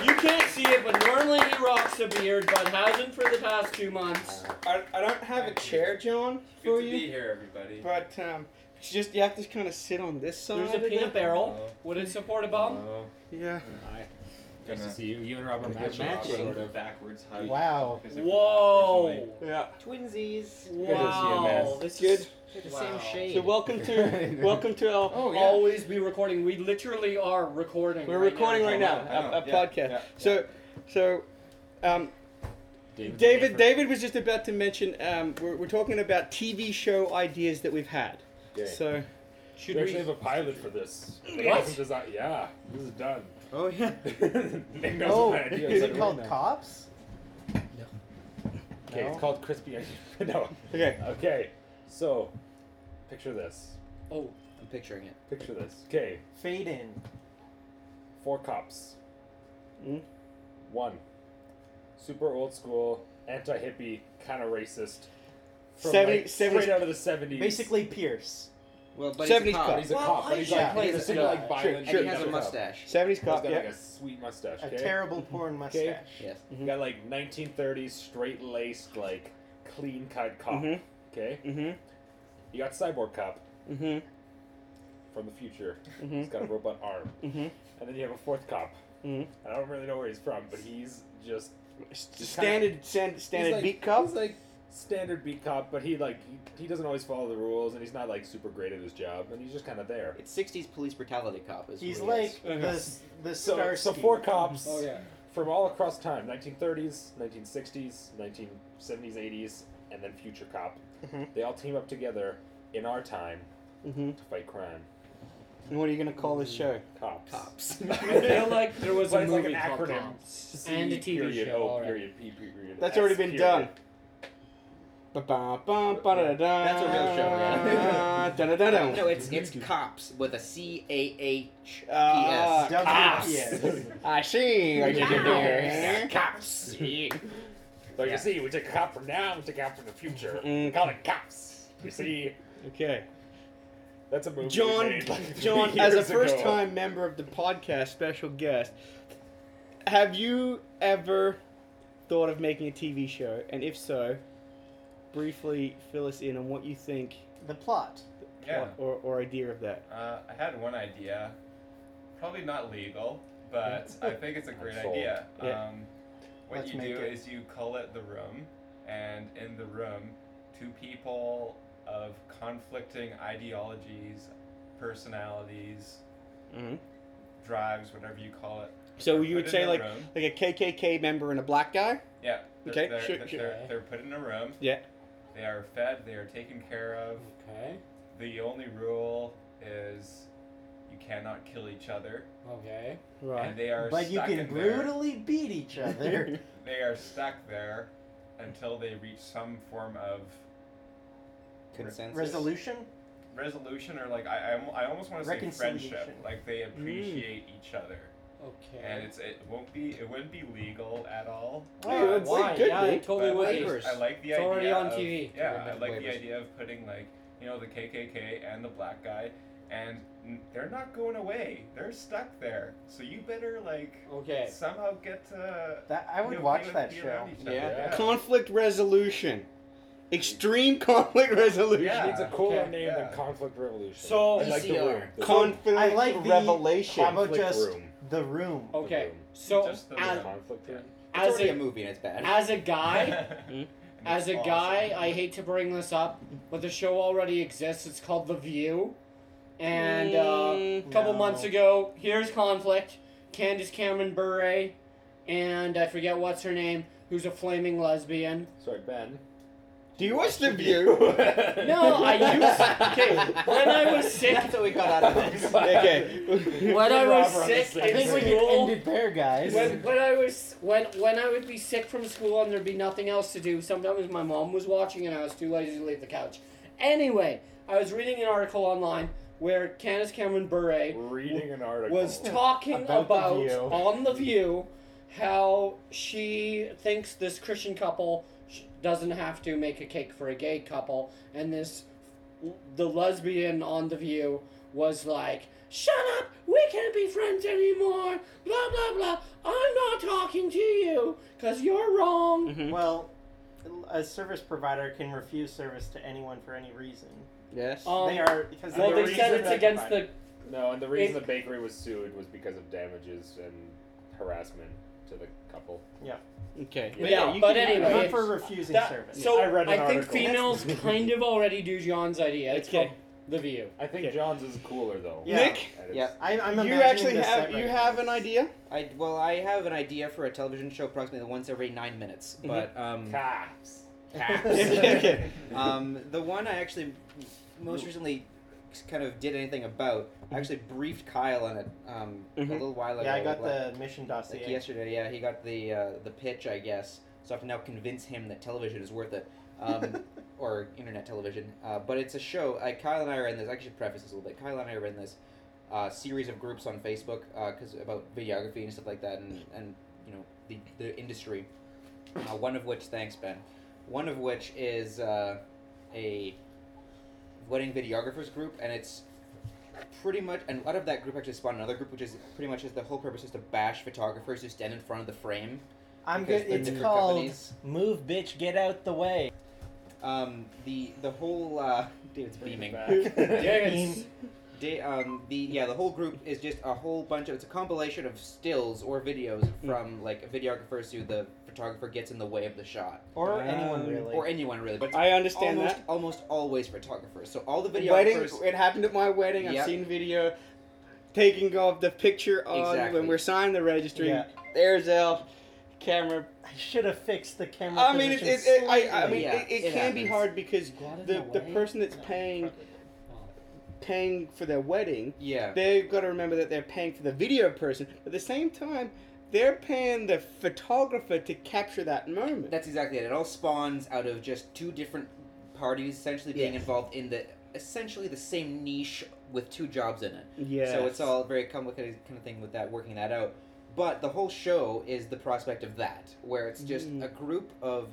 Speaker 8: You can't see it, but normally he rocks a beard, but hasn't for the past two months.
Speaker 3: I, I don't have a chair, John,
Speaker 4: Good
Speaker 3: for
Speaker 4: to be
Speaker 3: you,
Speaker 4: here, everybody.
Speaker 3: but um, it's just you have to kind of sit on this side.
Speaker 8: There's a
Speaker 3: of it.
Speaker 8: peanut barrel. Would it support a bomb?
Speaker 4: Hello.
Speaker 3: Yeah.
Speaker 5: Nice to see you. You and Rob are
Speaker 4: Good
Speaker 5: matching.
Speaker 4: job,
Speaker 6: matching.
Speaker 4: Sort of backwards height.
Speaker 2: Wow.
Speaker 8: Whoa!
Speaker 3: Yeah.
Speaker 6: Twinsies.
Speaker 8: Wow!
Speaker 5: Good
Speaker 8: This
Speaker 3: Good.
Speaker 8: is
Speaker 6: They're the
Speaker 8: Wow.
Speaker 6: same shade.
Speaker 3: So welcome to welcome to our.
Speaker 4: Oh, yeah.
Speaker 8: always be recording. We literally are recording.
Speaker 3: We're
Speaker 8: right
Speaker 3: recording
Speaker 8: now.
Speaker 3: right now,
Speaker 4: I know,
Speaker 3: a, a
Speaker 4: yeah,
Speaker 3: podcast.
Speaker 4: yeah,
Speaker 3: So, so, um,
Speaker 5: David.
Speaker 3: David, David was just about to mention. Um, we're, we're talking about TV show ideas that we've had.
Speaker 5: Okay.
Speaker 3: So,
Speaker 5: we
Speaker 8: Should
Speaker 5: actually
Speaker 8: we?
Speaker 5: have a pilot for this.
Speaker 8: What?
Speaker 5: Yeah, this is desi- yeah, this is done.
Speaker 6: Oh yeah.
Speaker 5: Nick knows
Speaker 2: Oh,
Speaker 5: my idea.
Speaker 2: is it called Cops?
Speaker 5: Okay, it's
Speaker 2: No.
Speaker 5: called crispy. no.
Speaker 3: okay,
Speaker 5: Okay, so picture this.
Speaker 8: Oh,
Speaker 6: I'm picturing it.
Speaker 5: Picture this. Okay,
Speaker 2: Fade in.
Speaker 5: four cops.
Speaker 3: Mm.
Speaker 5: One, super old school, anti hippie, kind of racist. From
Speaker 3: Seventy-
Speaker 5: like
Speaker 3: seventies-
Speaker 5: straight out of the seventies.
Speaker 2: Basically, Pierce.
Speaker 6: Well, but
Speaker 3: Seventies
Speaker 6: he's a cop.
Speaker 3: cop.
Speaker 5: he's a
Speaker 8: Well,
Speaker 5: cop,
Speaker 8: I
Speaker 5: but he's
Speaker 8: should
Speaker 5: like,
Speaker 8: play
Speaker 5: he's a
Speaker 8: this
Speaker 5: super,
Speaker 8: guy.
Speaker 5: like violent.
Speaker 6: And he
Speaker 5: young
Speaker 6: has a
Speaker 5: cop.
Speaker 6: mustache.
Speaker 3: seventies
Speaker 5: He's got
Speaker 3: cop. Yeah.
Speaker 5: like a sweet mustache.
Speaker 2: A
Speaker 5: Okay?
Speaker 2: terrible porn mustache.
Speaker 5: Okay.
Speaker 6: Yes.
Speaker 5: You got like 1930s straight laced, like clean cut cop.
Speaker 3: Mhm.
Speaker 5: Okay?
Speaker 3: Mhm.
Speaker 5: You got cyborg cop
Speaker 3: Mhm.
Speaker 5: from the future.
Speaker 3: Mm-hmm.
Speaker 5: He's got a robot arm.
Speaker 3: Mhm.
Speaker 5: And then you have a fourth cop.
Speaker 3: Mhm.
Speaker 5: I don't really know where he's from, but he's just
Speaker 3: S- Standard, stand, standard
Speaker 5: he's like,
Speaker 3: beat cop.
Speaker 5: He's like standard beat cop, but he like he, he doesn't always follow the rules, and he's not like super great at his job, and he's just kind of there.
Speaker 6: It's 60s police brutality cop. Is
Speaker 2: He's
Speaker 6: what he is.
Speaker 2: like the the
Speaker 5: So,
Speaker 2: star.
Speaker 5: so four cops
Speaker 8: oh yeah.
Speaker 5: from all across time: 1930s, 1960s, 1970s, 80s, and then future cop.
Speaker 2: Mhm.
Speaker 5: They all team up together in our time
Speaker 3: Mhm.
Speaker 5: to fight crime.
Speaker 3: And what are you gonna call this show?
Speaker 5: Cops.
Speaker 6: cops.
Speaker 8: I feel like there was
Speaker 5: But
Speaker 8: a
Speaker 5: it's like
Speaker 8: movie
Speaker 5: an
Speaker 8: called
Speaker 5: acronym.
Speaker 8: Cops.
Speaker 5: C
Speaker 8: and a TV
Speaker 5: period,
Speaker 8: show.
Speaker 5: O
Speaker 8: alright.
Speaker 5: period, P period.
Speaker 3: That's
Speaker 5: S
Speaker 3: already been
Speaker 5: period.
Speaker 3: done. That's
Speaker 6: That's a real show, yeah. No,
Speaker 3: yeah.
Speaker 6: it's it's cops with a C A H P
Speaker 3: Ah,
Speaker 5: Uh,
Speaker 6: S.
Speaker 3: cops.
Speaker 2: WPS.
Speaker 3: I see what you did there.
Speaker 5: Cops. So you see, we took a cop from now, we took a cop from the future.
Speaker 3: Mm.
Speaker 5: Call it cops. You see,
Speaker 3: Okay.
Speaker 5: that's a movie. we
Speaker 3: John,
Speaker 5: made, like,
Speaker 3: John,
Speaker 5: years
Speaker 3: as a
Speaker 5: ago.
Speaker 3: first-time member of the podcast, special guest, have you ever thought of making a TV show? And if so, briefly fill us in on what you think
Speaker 2: The plot.
Speaker 9: Yeah.
Speaker 3: or, or idea of that.
Speaker 9: Uh, I had one idea. Probably not legal, but I think it's a great
Speaker 5: I'm sold.
Speaker 9: idea.
Speaker 3: Yeah.
Speaker 9: Um, what
Speaker 2: Let's
Speaker 9: you
Speaker 2: make
Speaker 9: do
Speaker 2: it.
Speaker 9: is you call it the room, and in the room, two people of conflicting ideologies, personalities,
Speaker 5: Mm-hmm.
Speaker 3: Mhm.
Speaker 9: drives, whatever you call it.
Speaker 3: So
Speaker 9: are
Speaker 3: you
Speaker 9: put
Speaker 3: would
Speaker 9: in
Speaker 3: say
Speaker 9: a
Speaker 3: like
Speaker 9: room.
Speaker 3: like a KKK member and a black guy.
Speaker 9: yeah. They're,
Speaker 3: okay,
Speaker 9: They're,
Speaker 3: sure,
Speaker 9: they're,
Speaker 3: sure.
Speaker 9: They're, they're put in a room.
Speaker 3: Yeah.
Speaker 9: They are fed. They are taken care of.
Speaker 8: Okay.
Speaker 9: The only rule is you cannot kill each other,
Speaker 8: Okay.
Speaker 9: and they are.
Speaker 2: But you
Speaker 9: stuck
Speaker 2: can
Speaker 9: in there.
Speaker 2: brutally beat each other.
Speaker 9: They are stuck there until they reach some form of
Speaker 6: Consensus.
Speaker 2: Resolution?
Speaker 9: resolution or like I, I, almo- I almost want to say friendship.
Speaker 2: Reconciliation. Mm.
Speaker 9: Like they appreciate each other, and
Speaker 8: Okay.
Speaker 9: it's it won't be it wouldn't be legal at all.
Speaker 3: Hey,
Speaker 8: Uh,
Speaker 3: that's
Speaker 8: why?
Speaker 3: good,
Speaker 8: yeah, it
Speaker 3: dude.
Speaker 8: totally
Speaker 9: but
Speaker 8: would be.
Speaker 9: I just- I like the
Speaker 8: It's
Speaker 9: idea.
Speaker 8: already on
Speaker 9: of-
Speaker 8: TV.
Speaker 9: Yeah, I
Speaker 6: Different
Speaker 9: like the
Speaker 6: waivers.
Speaker 9: idea of putting like you know the KKK and the black guy, and n- they're not going away. They're stuck there. So you better like
Speaker 8: Okay.
Speaker 9: somehow get to.
Speaker 2: That I would
Speaker 9: you know,
Speaker 2: watch
Speaker 9: be with-
Speaker 2: that
Speaker 9: be
Speaker 2: show.
Speaker 9: around each other.
Speaker 6: Yeah.
Speaker 3: Conflict resolution, extreme conflict resolution.
Speaker 9: Yeah.
Speaker 5: It's a cooler
Speaker 8: Okay.
Speaker 5: name
Speaker 9: Yeah.
Speaker 5: than Conflict Revolution.
Speaker 8: So-
Speaker 5: I like the
Speaker 6: ECR.
Speaker 5: word.
Speaker 3: Conflict
Speaker 2: I like the-
Speaker 3: revelation.
Speaker 2: How about
Speaker 5: Conflict
Speaker 2: just
Speaker 5: room.
Speaker 2: the room?
Speaker 8: Okay.
Speaker 5: room.
Speaker 8: So
Speaker 9: Just the
Speaker 8: as,
Speaker 9: room.
Speaker 5: Conflict room.
Speaker 6: It's
Speaker 8: as
Speaker 6: already a
Speaker 8: a
Speaker 6: movie and it's bad.
Speaker 8: as a guy,
Speaker 9: And
Speaker 8: as a
Speaker 9: it's
Speaker 8: guy,
Speaker 9: awesome.
Speaker 8: I hate to bring this up, but the show already exists. It's called The View, and. Uh,
Speaker 3: Mm,
Speaker 8: a couple
Speaker 2: No.
Speaker 8: months ago. Here's conflict. Candace Cameron Bure, and I forget what's her name, who's a flaming lesbian.
Speaker 5: Sorry, Ben.
Speaker 3: do you watch the view?
Speaker 8: No, I used okay when I was sick.
Speaker 6: That's what we got out of this.
Speaker 3: okay.
Speaker 8: When I was
Speaker 5: Robber on the
Speaker 8: sick
Speaker 5: stage.
Speaker 2: I
Speaker 8: in
Speaker 2: think we can end
Speaker 8: school,
Speaker 2: it there, guys.
Speaker 8: when, when I was when when I would be sick from school and there'd be nothing else to do. Sometimes my mom was watching and I was too lazy to leave the couch. Anyway, I was reading an article online where Candace Cameron Bure
Speaker 5: Reading an article.
Speaker 8: was talking
Speaker 2: About
Speaker 8: about,
Speaker 2: The View.
Speaker 8: on the View how she thinks this Christian couple sh- doesn't have to make a cake for a gay couple, and this the lesbian on the View was like, "Shut up, we can't be friends anymore." Blah blah blah. I'm not talking to you because you're wrong.
Speaker 2: Well, a service provider can refuse service to anyone for any reason.
Speaker 3: Yes.
Speaker 8: Um,
Speaker 2: they are because
Speaker 8: well,
Speaker 2: they're
Speaker 8: they said
Speaker 2: reason
Speaker 8: it's
Speaker 2: they
Speaker 8: against
Speaker 2: provide.
Speaker 8: the
Speaker 5: No, and the reason
Speaker 8: It-
Speaker 5: the bakery was sued was because of damages and harassment to the couple.
Speaker 3: Okay.
Speaker 8: yeah. But anyway,
Speaker 2: not
Speaker 8: it's-
Speaker 2: for refusing
Speaker 8: that-
Speaker 2: service.
Speaker 8: so
Speaker 5: I read an
Speaker 8: think
Speaker 5: article.
Speaker 8: females kind of already do John's idea. It's
Speaker 3: Okay.
Speaker 8: called the View.
Speaker 5: I think
Speaker 3: Okay.
Speaker 5: John's is cooler though.
Speaker 2: Yeah.
Speaker 3: Nick,
Speaker 5: And it's-
Speaker 6: Yeah.
Speaker 2: I, I'm
Speaker 3: you
Speaker 2: imagining
Speaker 3: actually
Speaker 2: this
Speaker 3: have
Speaker 2: set
Speaker 3: you
Speaker 2: right
Speaker 3: have
Speaker 2: now.
Speaker 3: an idea?
Speaker 6: I well, I have an idea for a television show approximately once every nine minutes, but um,
Speaker 5: Cops.
Speaker 3: Okay.
Speaker 6: um, the one I actually most recently kind of did anything about. I actually briefed Kyle on it um,
Speaker 3: Mhm.
Speaker 6: a little while ago.
Speaker 2: yeah, I got
Speaker 6: like,
Speaker 2: the mission dossier.
Speaker 6: like yesterday. Yeah, he got the uh, the pitch, I guess. So I have to now convince him that television is worth it, um, or internet television. Uh, but it's a show. Uh, Kyle and I are in this. I should preface this a little bit. Kyle and I are in this uh, series of groups on Facebook because about videography and stuff like that, and, and you know the the industry. Uh, one of which, thanks Ben. One of which is uh, a wedding videographers group, and it's pretty much and out of that group actually spawned another group which is pretty much is the whole purpose is to bash photographers who stand in front of the frame
Speaker 2: I'm
Speaker 6: because
Speaker 2: good.
Speaker 6: they're
Speaker 2: It's
Speaker 6: different
Speaker 2: called
Speaker 6: companies.
Speaker 2: "Move, Bitch, Get Out the Way."
Speaker 6: um the the whole uh david's beaming
Speaker 8: Yes.
Speaker 6: da- um the yeah the whole group is just a whole bunch of it's a compilation of stills or videos
Speaker 3: Hmm.
Speaker 6: from like videographers who the photographer gets in the way of the shot
Speaker 2: Or
Speaker 3: Um,
Speaker 2: anyone really.
Speaker 6: or anyone really but it's
Speaker 3: I understand
Speaker 6: almost,
Speaker 3: that.
Speaker 6: almost always photographers so all the
Speaker 3: Wedding.
Speaker 6: videographers
Speaker 3: It happened at my wedding. I've
Speaker 6: Yep.
Speaker 3: seen video taking off the picture on
Speaker 6: Exactly.
Speaker 3: when we're signing the registry.
Speaker 2: Yeah.
Speaker 3: There's L camera.
Speaker 2: I should have fixed the camera.
Speaker 3: I mean, it,
Speaker 2: position
Speaker 3: it, it, I, I
Speaker 2: slightly.
Speaker 3: mean,
Speaker 6: Yeah,
Speaker 3: it, it,
Speaker 6: it
Speaker 3: can be
Speaker 6: happens.
Speaker 3: hard because the, the person that's paying paying for their wedding
Speaker 6: yeah
Speaker 3: they've got to remember that they're paying for the video person. But at the same time, They're paying the photographer to capture that moment.
Speaker 6: That's exactly it. It all spawns out of just two different parties essentially being
Speaker 3: Yes.
Speaker 6: involved in the essentially the same niche with two jobs in it.
Speaker 3: yeah.
Speaker 6: So it's all very complicated kind of thing with that working that out. But the whole show is the prospect of that, where it's just
Speaker 3: Mm.
Speaker 6: a group of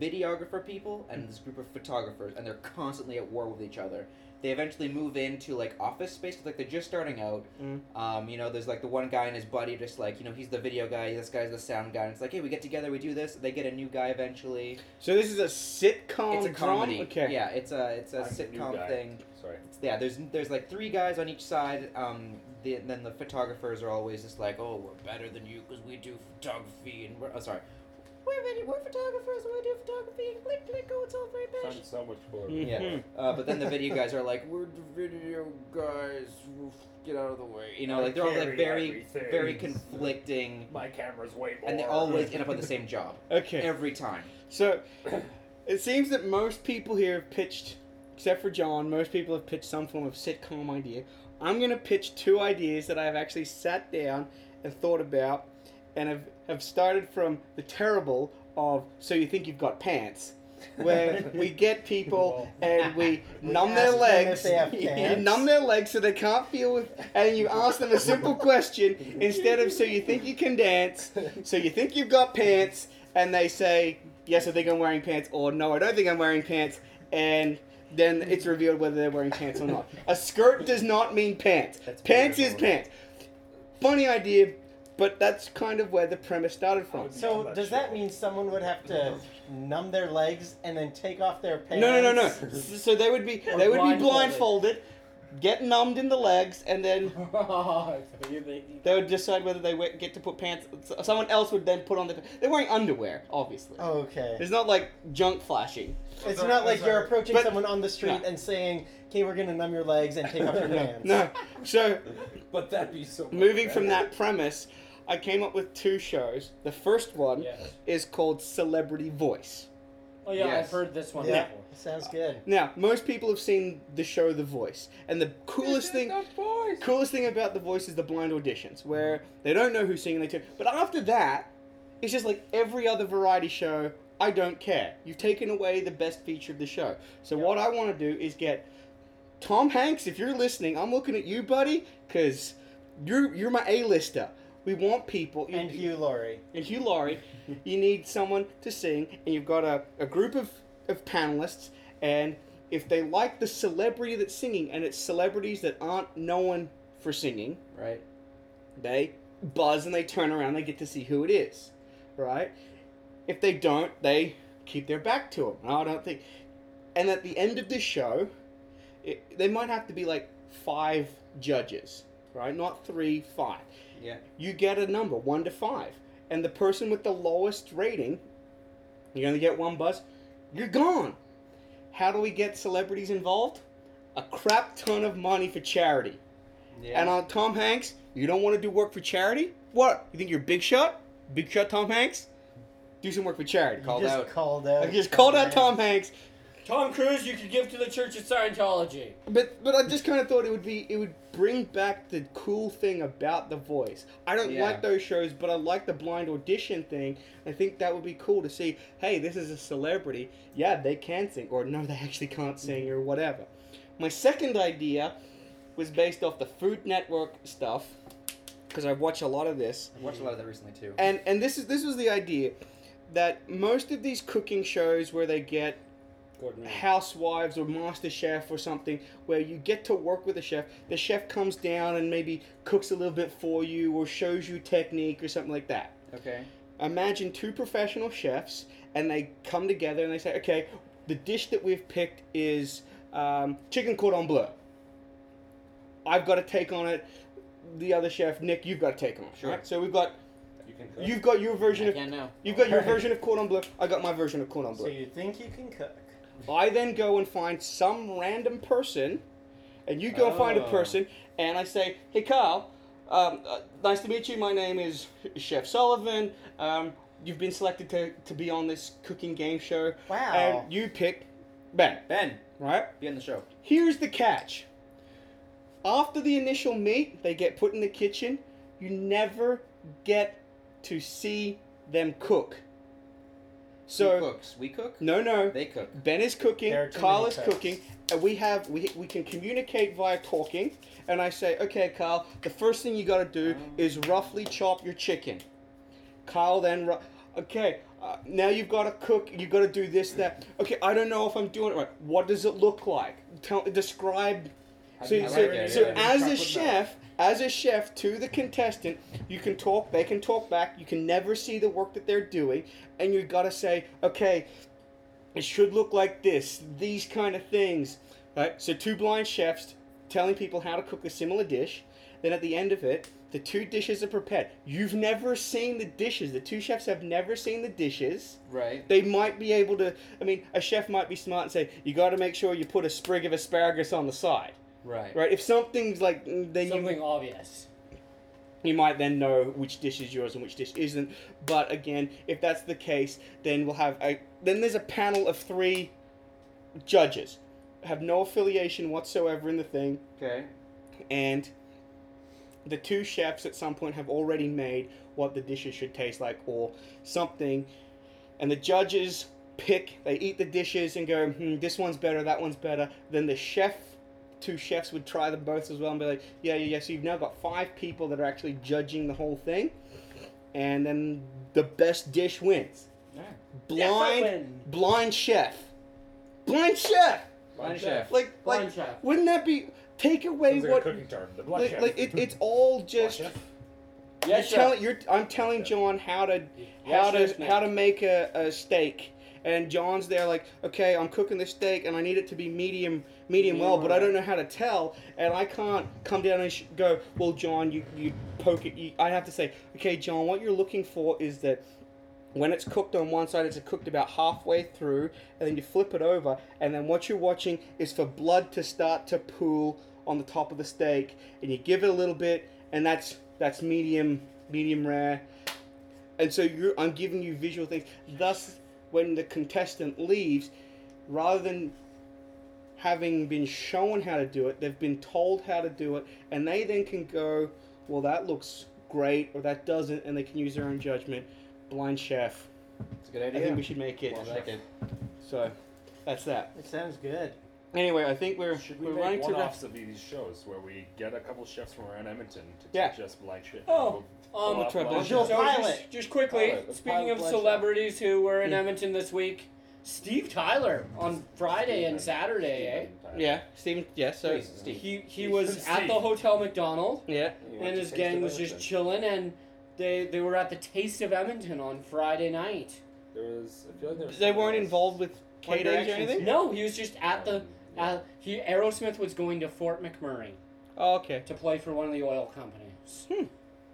Speaker 6: videographer people and this group of photographers, and they're constantly at war with each other. They eventually move into like office space, like they're just starting out.
Speaker 3: Mm.
Speaker 6: Um, you know, there's like the one guy and his buddy, just like you know, he's the video guy, this guy's the sound guy. And it's like, hey, we get together, we do this. They get a new guy eventually.
Speaker 3: So this is a sitcom.
Speaker 6: it's a comedy.
Speaker 3: Drama? Oh, Okay.
Speaker 6: Yeah, it's a it's a
Speaker 5: I'm the new
Speaker 6: sitcom
Speaker 5: guy.
Speaker 6: thing.
Speaker 5: Sorry.
Speaker 6: Yeah, there's there's like three guys on each side. Um, the, and then the photographers are always just like, "Oh, we're better than you because we do photography and we're oh, sorry, we're better, we're photographers and we do photography and click click oh, it's all very
Speaker 5: Sounds
Speaker 6: bad."
Speaker 5: so much for
Speaker 3: Mhm.
Speaker 6: Yeah, uh, but then the video guys are like, "We're the video guys, Oof, get out of the way," you know, like they're all like
Speaker 5: Carry
Speaker 6: very
Speaker 5: everything.
Speaker 6: very conflicting,
Speaker 5: My camera's way more.
Speaker 6: and they always end up on the same job
Speaker 3: Okay.
Speaker 6: every time.
Speaker 3: So it seems that most people here have pitched, except for John, most people have pitched some form of sitcom idea. I'm gonna pitch two ideas that I've actually sat down and thought about, and have have started from the terrible of "So you think you've got pants." where we get people and we
Speaker 2: We
Speaker 3: numb their
Speaker 2: ask them if
Speaker 3: legs.
Speaker 2: they have
Speaker 3: You
Speaker 2: pants.
Speaker 3: numb their legs so they can't feel with, and you ask them a simple question instead of "So you think you can dance?" So you think you've got pants, and they say "Yes, I think I'm wearing pants," or "No, I don't think I'm wearing pants," and then it's revealed whether they're wearing pants or not. A skirt does not mean pants.
Speaker 6: That's
Speaker 3: pants is
Speaker 6: beautiful.
Speaker 3: pants. Funny idea, but that's kind of where the premise started from.
Speaker 2: So does that mean someone would have to numb their legs and then take off their pants?
Speaker 3: No, no, no, no. S- So they would be
Speaker 2: Or
Speaker 3: they would be blindfolded,
Speaker 2: blindfolded.
Speaker 3: get numbed in the legs, and then
Speaker 8: So you think-
Speaker 3: they would decide whether they we- get to put pants. s- Someone else would then put on the. They're wearing underwear, obviously.
Speaker 2: Okay.
Speaker 3: It's not like junk flashing.
Speaker 2: It's not like you're approaching
Speaker 3: But-
Speaker 2: someone on the street
Speaker 3: No.
Speaker 2: and saying, "Okay, we're gonna numb your legs and take off your
Speaker 3: No,
Speaker 2: pants."
Speaker 3: no. So
Speaker 4: But that'd be so. much
Speaker 3: moving from
Speaker 4: better.
Speaker 3: that premise, I came up with two shows. The first one
Speaker 4: Yes.
Speaker 3: is called Celebrity Voice.
Speaker 8: Oh yeah,
Speaker 6: Yes.
Speaker 8: I've heard this one
Speaker 2: Yeah.
Speaker 8: before.
Speaker 2: Sounds good.
Speaker 3: Now, most people have seen the show The Voice, and the coolest thing coolest thing about The Voice is the blind auditions, where they don't know who's singing. They do. But after that, it's just like every other variety show. I don't care. You've taken away the best feature of the show. So what I want to do is get Tom Hanks. If you're listening, I'm looking at you, buddy, because you're you're my A-lister. We want people.
Speaker 2: And Hugh Laurie.
Speaker 3: And Hugh Laurie, you need someone to sing, and you've got a, a group of, of panelists, and if they like the celebrity that's singing, and it's celebrities that aren't known for singing,
Speaker 6: Right.
Speaker 3: they buzz and they turn around, they get to see who it is, right? If they don't, they keep their back to them. I don't think. And at the end of the show, it, they might have to be like five judges, right? Not three, five
Speaker 6: Yeah.
Speaker 3: you get a number one to five, and the person with the lowest rating, you only get one buzz, you're gone. How do we get celebrities involved? A crap ton of money for charity.
Speaker 6: Yeah.
Speaker 3: And on Tom Hanks, you don't want to do work for charity? What? You think you're a big shot? Big shot Tom Hanks? Do some work for charity.
Speaker 2: You
Speaker 6: Called
Speaker 2: just
Speaker 6: out.
Speaker 2: Called out.
Speaker 3: I just called out Tom Hanks,
Speaker 8: Tom Cruise, you could give to the Church of Scientology.
Speaker 3: but but I just kind of thought it would be it would bring back the cool thing about the voice. I don't
Speaker 6: Yeah.
Speaker 3: like those shows, but I like the blind audition thing. I think that would be cool to see. Hey, this is a celebrity. Yeah, they can sing, or no, they actually can't sing, or whatever. My second idea was based off the Food Network stuff because I watch a lot of this.
Speaker 6: I watched a lot of that recently too.
Speaker 3: And and this is this was the idea that most of these cooking shows where they get
Speaker 4: Gordon Ramsay.
Speaker 3: housewives or master chef or something where you get to work with a chef the chef comes down and maybe cooks a little bit for you or shows you technique or something like that
Speaker 6: Okay.
Speaker 3: imagine two professional chefs and they come together and they say okay the dish that we've picked is um, chicken cordon bleu i've got to take on it the other chef nick you've got to take on it
Speaker 6: Sure.
Speaker 3: right? so we've got
Speaker 5: You can cook.
Speaker 3: you've got your version
Speaker 6: I
Speaker 3: of
Speaker 6: can't know.
Speaker 3: you've got your version of cordon bleu i got my version of cordon bleu
Speaker 2: So you think you can cook?
Speaker 3: I then go and find some random person, and you go find a
Speaker 6: Oh.
Speaker 3: person, and I say, "Hey, Carl, um, uh, nice to meet you. My name is Chef Sullivan. Um, you've been selected to, to be on this cooking game show,
Speaker 2: Wow.
Speaker 3: and you pick Ben,
Speaker 6: Ben,
Speaker 3: right?
Speaker 6: be on the show.
Speaker 3: Here's the catch. After the initial meet, they get put in the kitchen. You never get to see them cook.
Speaker 6: Who
Speaker 3: So
Speaker 6: cooks? We cook.
Speaker 3: no, no,
Speaker 6: They cook.
Speaker 3: Ben is cooking,
Speaker 2: There are too
Speaker 3: Carl
Speaker 2: many
Speaker 3: is
Speaker 2: cooks.
Speaker 3: cooking, and we have we, we can communicate via talking. And I say, okay, Carl, the first thing you got to do is roughly chop your chicken. Carl then, ru- okay, uh, now you've got to cook. You got to do this, that. Okay, I don't know if I'm doing it right. What does it look like? Tell, describe. So,
Speaker 6: do you
Speaker 3: so,
Speaker 6: like it?
Speaker 3: so
Speaker 6: Yeah.
Speaker 3: as a
Speaker 6: Chocolate
Speaker 3: chef, as a chef to the contestant, you can talk. They can talk back. You can never see the work that they're doing, and you got to say, okay, it should look like this, these kind of things. Right? So two blind chefs telling people how to cook a similar dish. Then at the end of it, the two dishes are prepared. You've never seen the dishes. The two chefs have never seen the dishes.
Speaker 6: Right.
Speaker 3: They might be able to. I mean, a chef might be smart and say, "You got to make sure you put a sprig of asparagus on the side."
Speaker 6: Right.
Speaker 3: Right? If something's like, mm, then you
Speaker 8: Something obvious.
Speaker 3: you might then know which dish is yours and which dish isn't. But again, if that's the case, then we'll have a then there's a panel of three judges have no affiliation whatsoever in the thing,
Speaker 6: Okay.
Speaker 3: and the two chefs at some point have already made what the dishes should taste like or something, and the judges pick. They eat the dishes and go, hmm, this one's better, that one's better. Then the chef. Two chefs would try them both as well and be like, yeah, yeah, yeah. So you've now got five people that are actually judging the whole thing, and then the best dish wins.
Speaker 8: Yes, I
Speaker 3: Blind,
Speaker 8: win.
Speaker 3: blind chef, blind chef.
Speaker 6: Blind chef.
Speaker 3: Like,
Speaker 8: Blind
Speaker 3: like,
Speaker 8: chef.
Speaker 3: wouldn't that be take away
Speaker 5: Sounds like a
Speaker 3: what?
Speaker 5: cooking term. The blood
Speaker 3: like,
Speaker 5: chef.
Speaker 3: like it, it's all just
Speaker 5: Chef?
Speaker 3: you're
Speaker 8: Yes,
Speaker 3: telling
Speaker 8: chef.
Speaker 3: you're I'm telling John how to
Speaker 8: Yes,
Speaker 3: how
Speaker 8: chef,
Speaker 3: to
Speaker 8: mate.
Speaker 3: how to make a, a steak, and John's there like, okay, I'm cooking this steak and I need it to be medium medium well, but I don't know how to tell, and I can't come down and sh- go, well, John, you you poke it. You, I have to say, okay, John, what you're looking for is that when it's cooked on one side, it's cooked about halfway through, and then you flip it over, and then what you're watching is for blood to start to pool on the top of the steak, and you give it a little bit, and that's that's medium medium rare, and so you're I'm giving you visual things. Thus, when the contestant leaves, rather than having been shown how to do it, they've been told how to do it, and they then can go, well, that looks great or that doesn't, and they can use their own judgment. Blind chef.
Speaker 6: It's a good
Speaker 3: I think
Speaker 6: idea.
Speaker 3: we should make it.
Speaker 6: I like it.
Speaker 3: So, that's that.
Speaker 2: It sounds good.
Speaker 3: Anyway, I think we're
Speaker 5: Should we
Speaker 3: we're
Speaker 5: make
Speaker 3: running to the
Speaker 5: one-offs of these shows where we get a couple chefs from around Edmonton to
Speaker 3: Yeah.
Speaker 5: teach us blind shit?
Speaker 8: Oh, um,
Speaker 5: Well,
Speaker 3: try
Speaker 5: blind
Speaker 3: to-
Speaker 8: So
Speaker 5: chef.
Speaker 2: Joel- Pilot.
Speaker 8: Just, just quickly,
Speaker 6: Pilot. Let's
Speaker 8: speaking
Speaker 6: pilot
Speaker 8: of
Speaker 6: Bloodshot.
Speaker 8: celebrities who were in Edmonton this week, Steve Tyler on Friday and Saturday,
Speaker 3: yeah, Stephen. Yeah, so
Speaker 6: Please,
Speaker 8: eh?
Speaker 6: Steve.
Speaker 8: He he
Speaker 4: Steve
Speaker 8: was
Speaker 4: from
Speaker 8: at the
Speaker 4: Steve.
Speaker 8: Hotel McDonald
Speaker 3: yeah,
Speaker 8: and his gang was just chilling and they they were at the Taste of Edmonton on Friday night.
Speaker 5: There was, I feel like there was
Speaker 3: they
Speaker 5: something
Speaker 3: weren't
Speaker 5: else.
Speaker 3: involved with
Speaker 2: One
Speaker 3: K Days or
Speaker 2: Direction's
Speaker 3: anything.
Speaker 8: No, he was just at the
Speaker 5: Yeah.
Speaker 8: at, he Aerosmith was going to Fort McMurray
Speaker 3: Oh, okay.
Speaker 8: to play for one of the oil companies.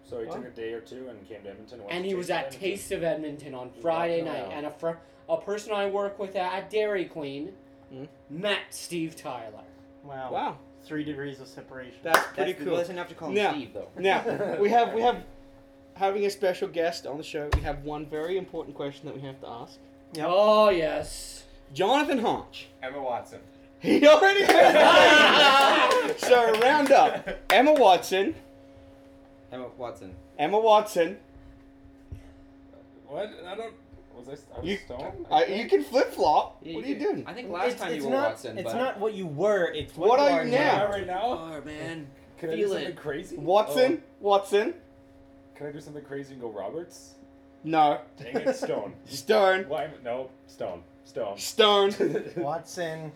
Speaker 5: So he took
Speaker 3: Wow.
Speaker 5: a day or two and came to Edmonton. watched
Speaker 8: And he
Speaker 5: Taste
Speaker 8: was
Speaker 5: of
Speaker 8: at
Speaker 5: Edmonton.
Speaker 8: Taste of Edmonton on
Speaker 5: He's
Speaker 8: Friday
Speaker 5: walking
Speaker 8: night,
Speaker 5: around.
Speaker 8: and a fr- a person I work with at Dairy Queen
Speaker 3: Hmm.
Speaker 8: met Steve Tyler.
Speaker 2: Wow.
Speaker 3: Wow,
Speaker 2: Three degrees of separation.
Speaker 3: Oh. that's pretty
Speaker 6: That's-
Speaker 3: cool.
Speaker 6: Well, it's enough to call him
Speaker 3: Now-
Speaker 6: Steve, though.
Speaker 3: Now we have we have having a special guest on the show. We have one very important question that we have to ask.
Speaker 2: Yep.
Speaker 8: Oh yes.
Speaker 3: Jonathan Honch.
Speaker 9: Emma Watson.
Speaker 3: He already has. so round up. Emma Watson.
Speaker 6: Emma Watson.
Speaker 3: Emma Watson.
Speaker 5: What? I don't. Was I, st- I was
Speaker 3: You-
Speaker 5: stoned?
Speaker 3: Uh, you can flip flop.
Speaker 6: Yeah,
Speaker 3: what are
Speaker 6: you
Speaker 3: you
Speaker 6: can.
Speaker 3: doing?
Speaker 6: I think last time you were
Speaker 2: not,
Speaker 6: Watson,
Speaker 2: It's
Speaker 6: but
Speaker 2: not what you were. It's what,
Speaker 3: What are you
Speaker 5: Am I
Speaker 3: now?
Speaker 5: right now?
Speaker 6: Oh, man.
Speaker 5: Can I do
Speaker 6: Feel
Speaker 5: something
Speaker 6: it.
Speaker 5: crazy?
Speaker 3: Watson. Watson.
Speaker 5: Oh, can I do something crazy and go Roberts?
Speaker 3: No.
Speaker 5: Dang it, Stone.
Speaker 3: Stone.
Speaker 5: Why? am- No, Stone. Stone.
Speaker 3: Stone.
Speaker 2: Watson.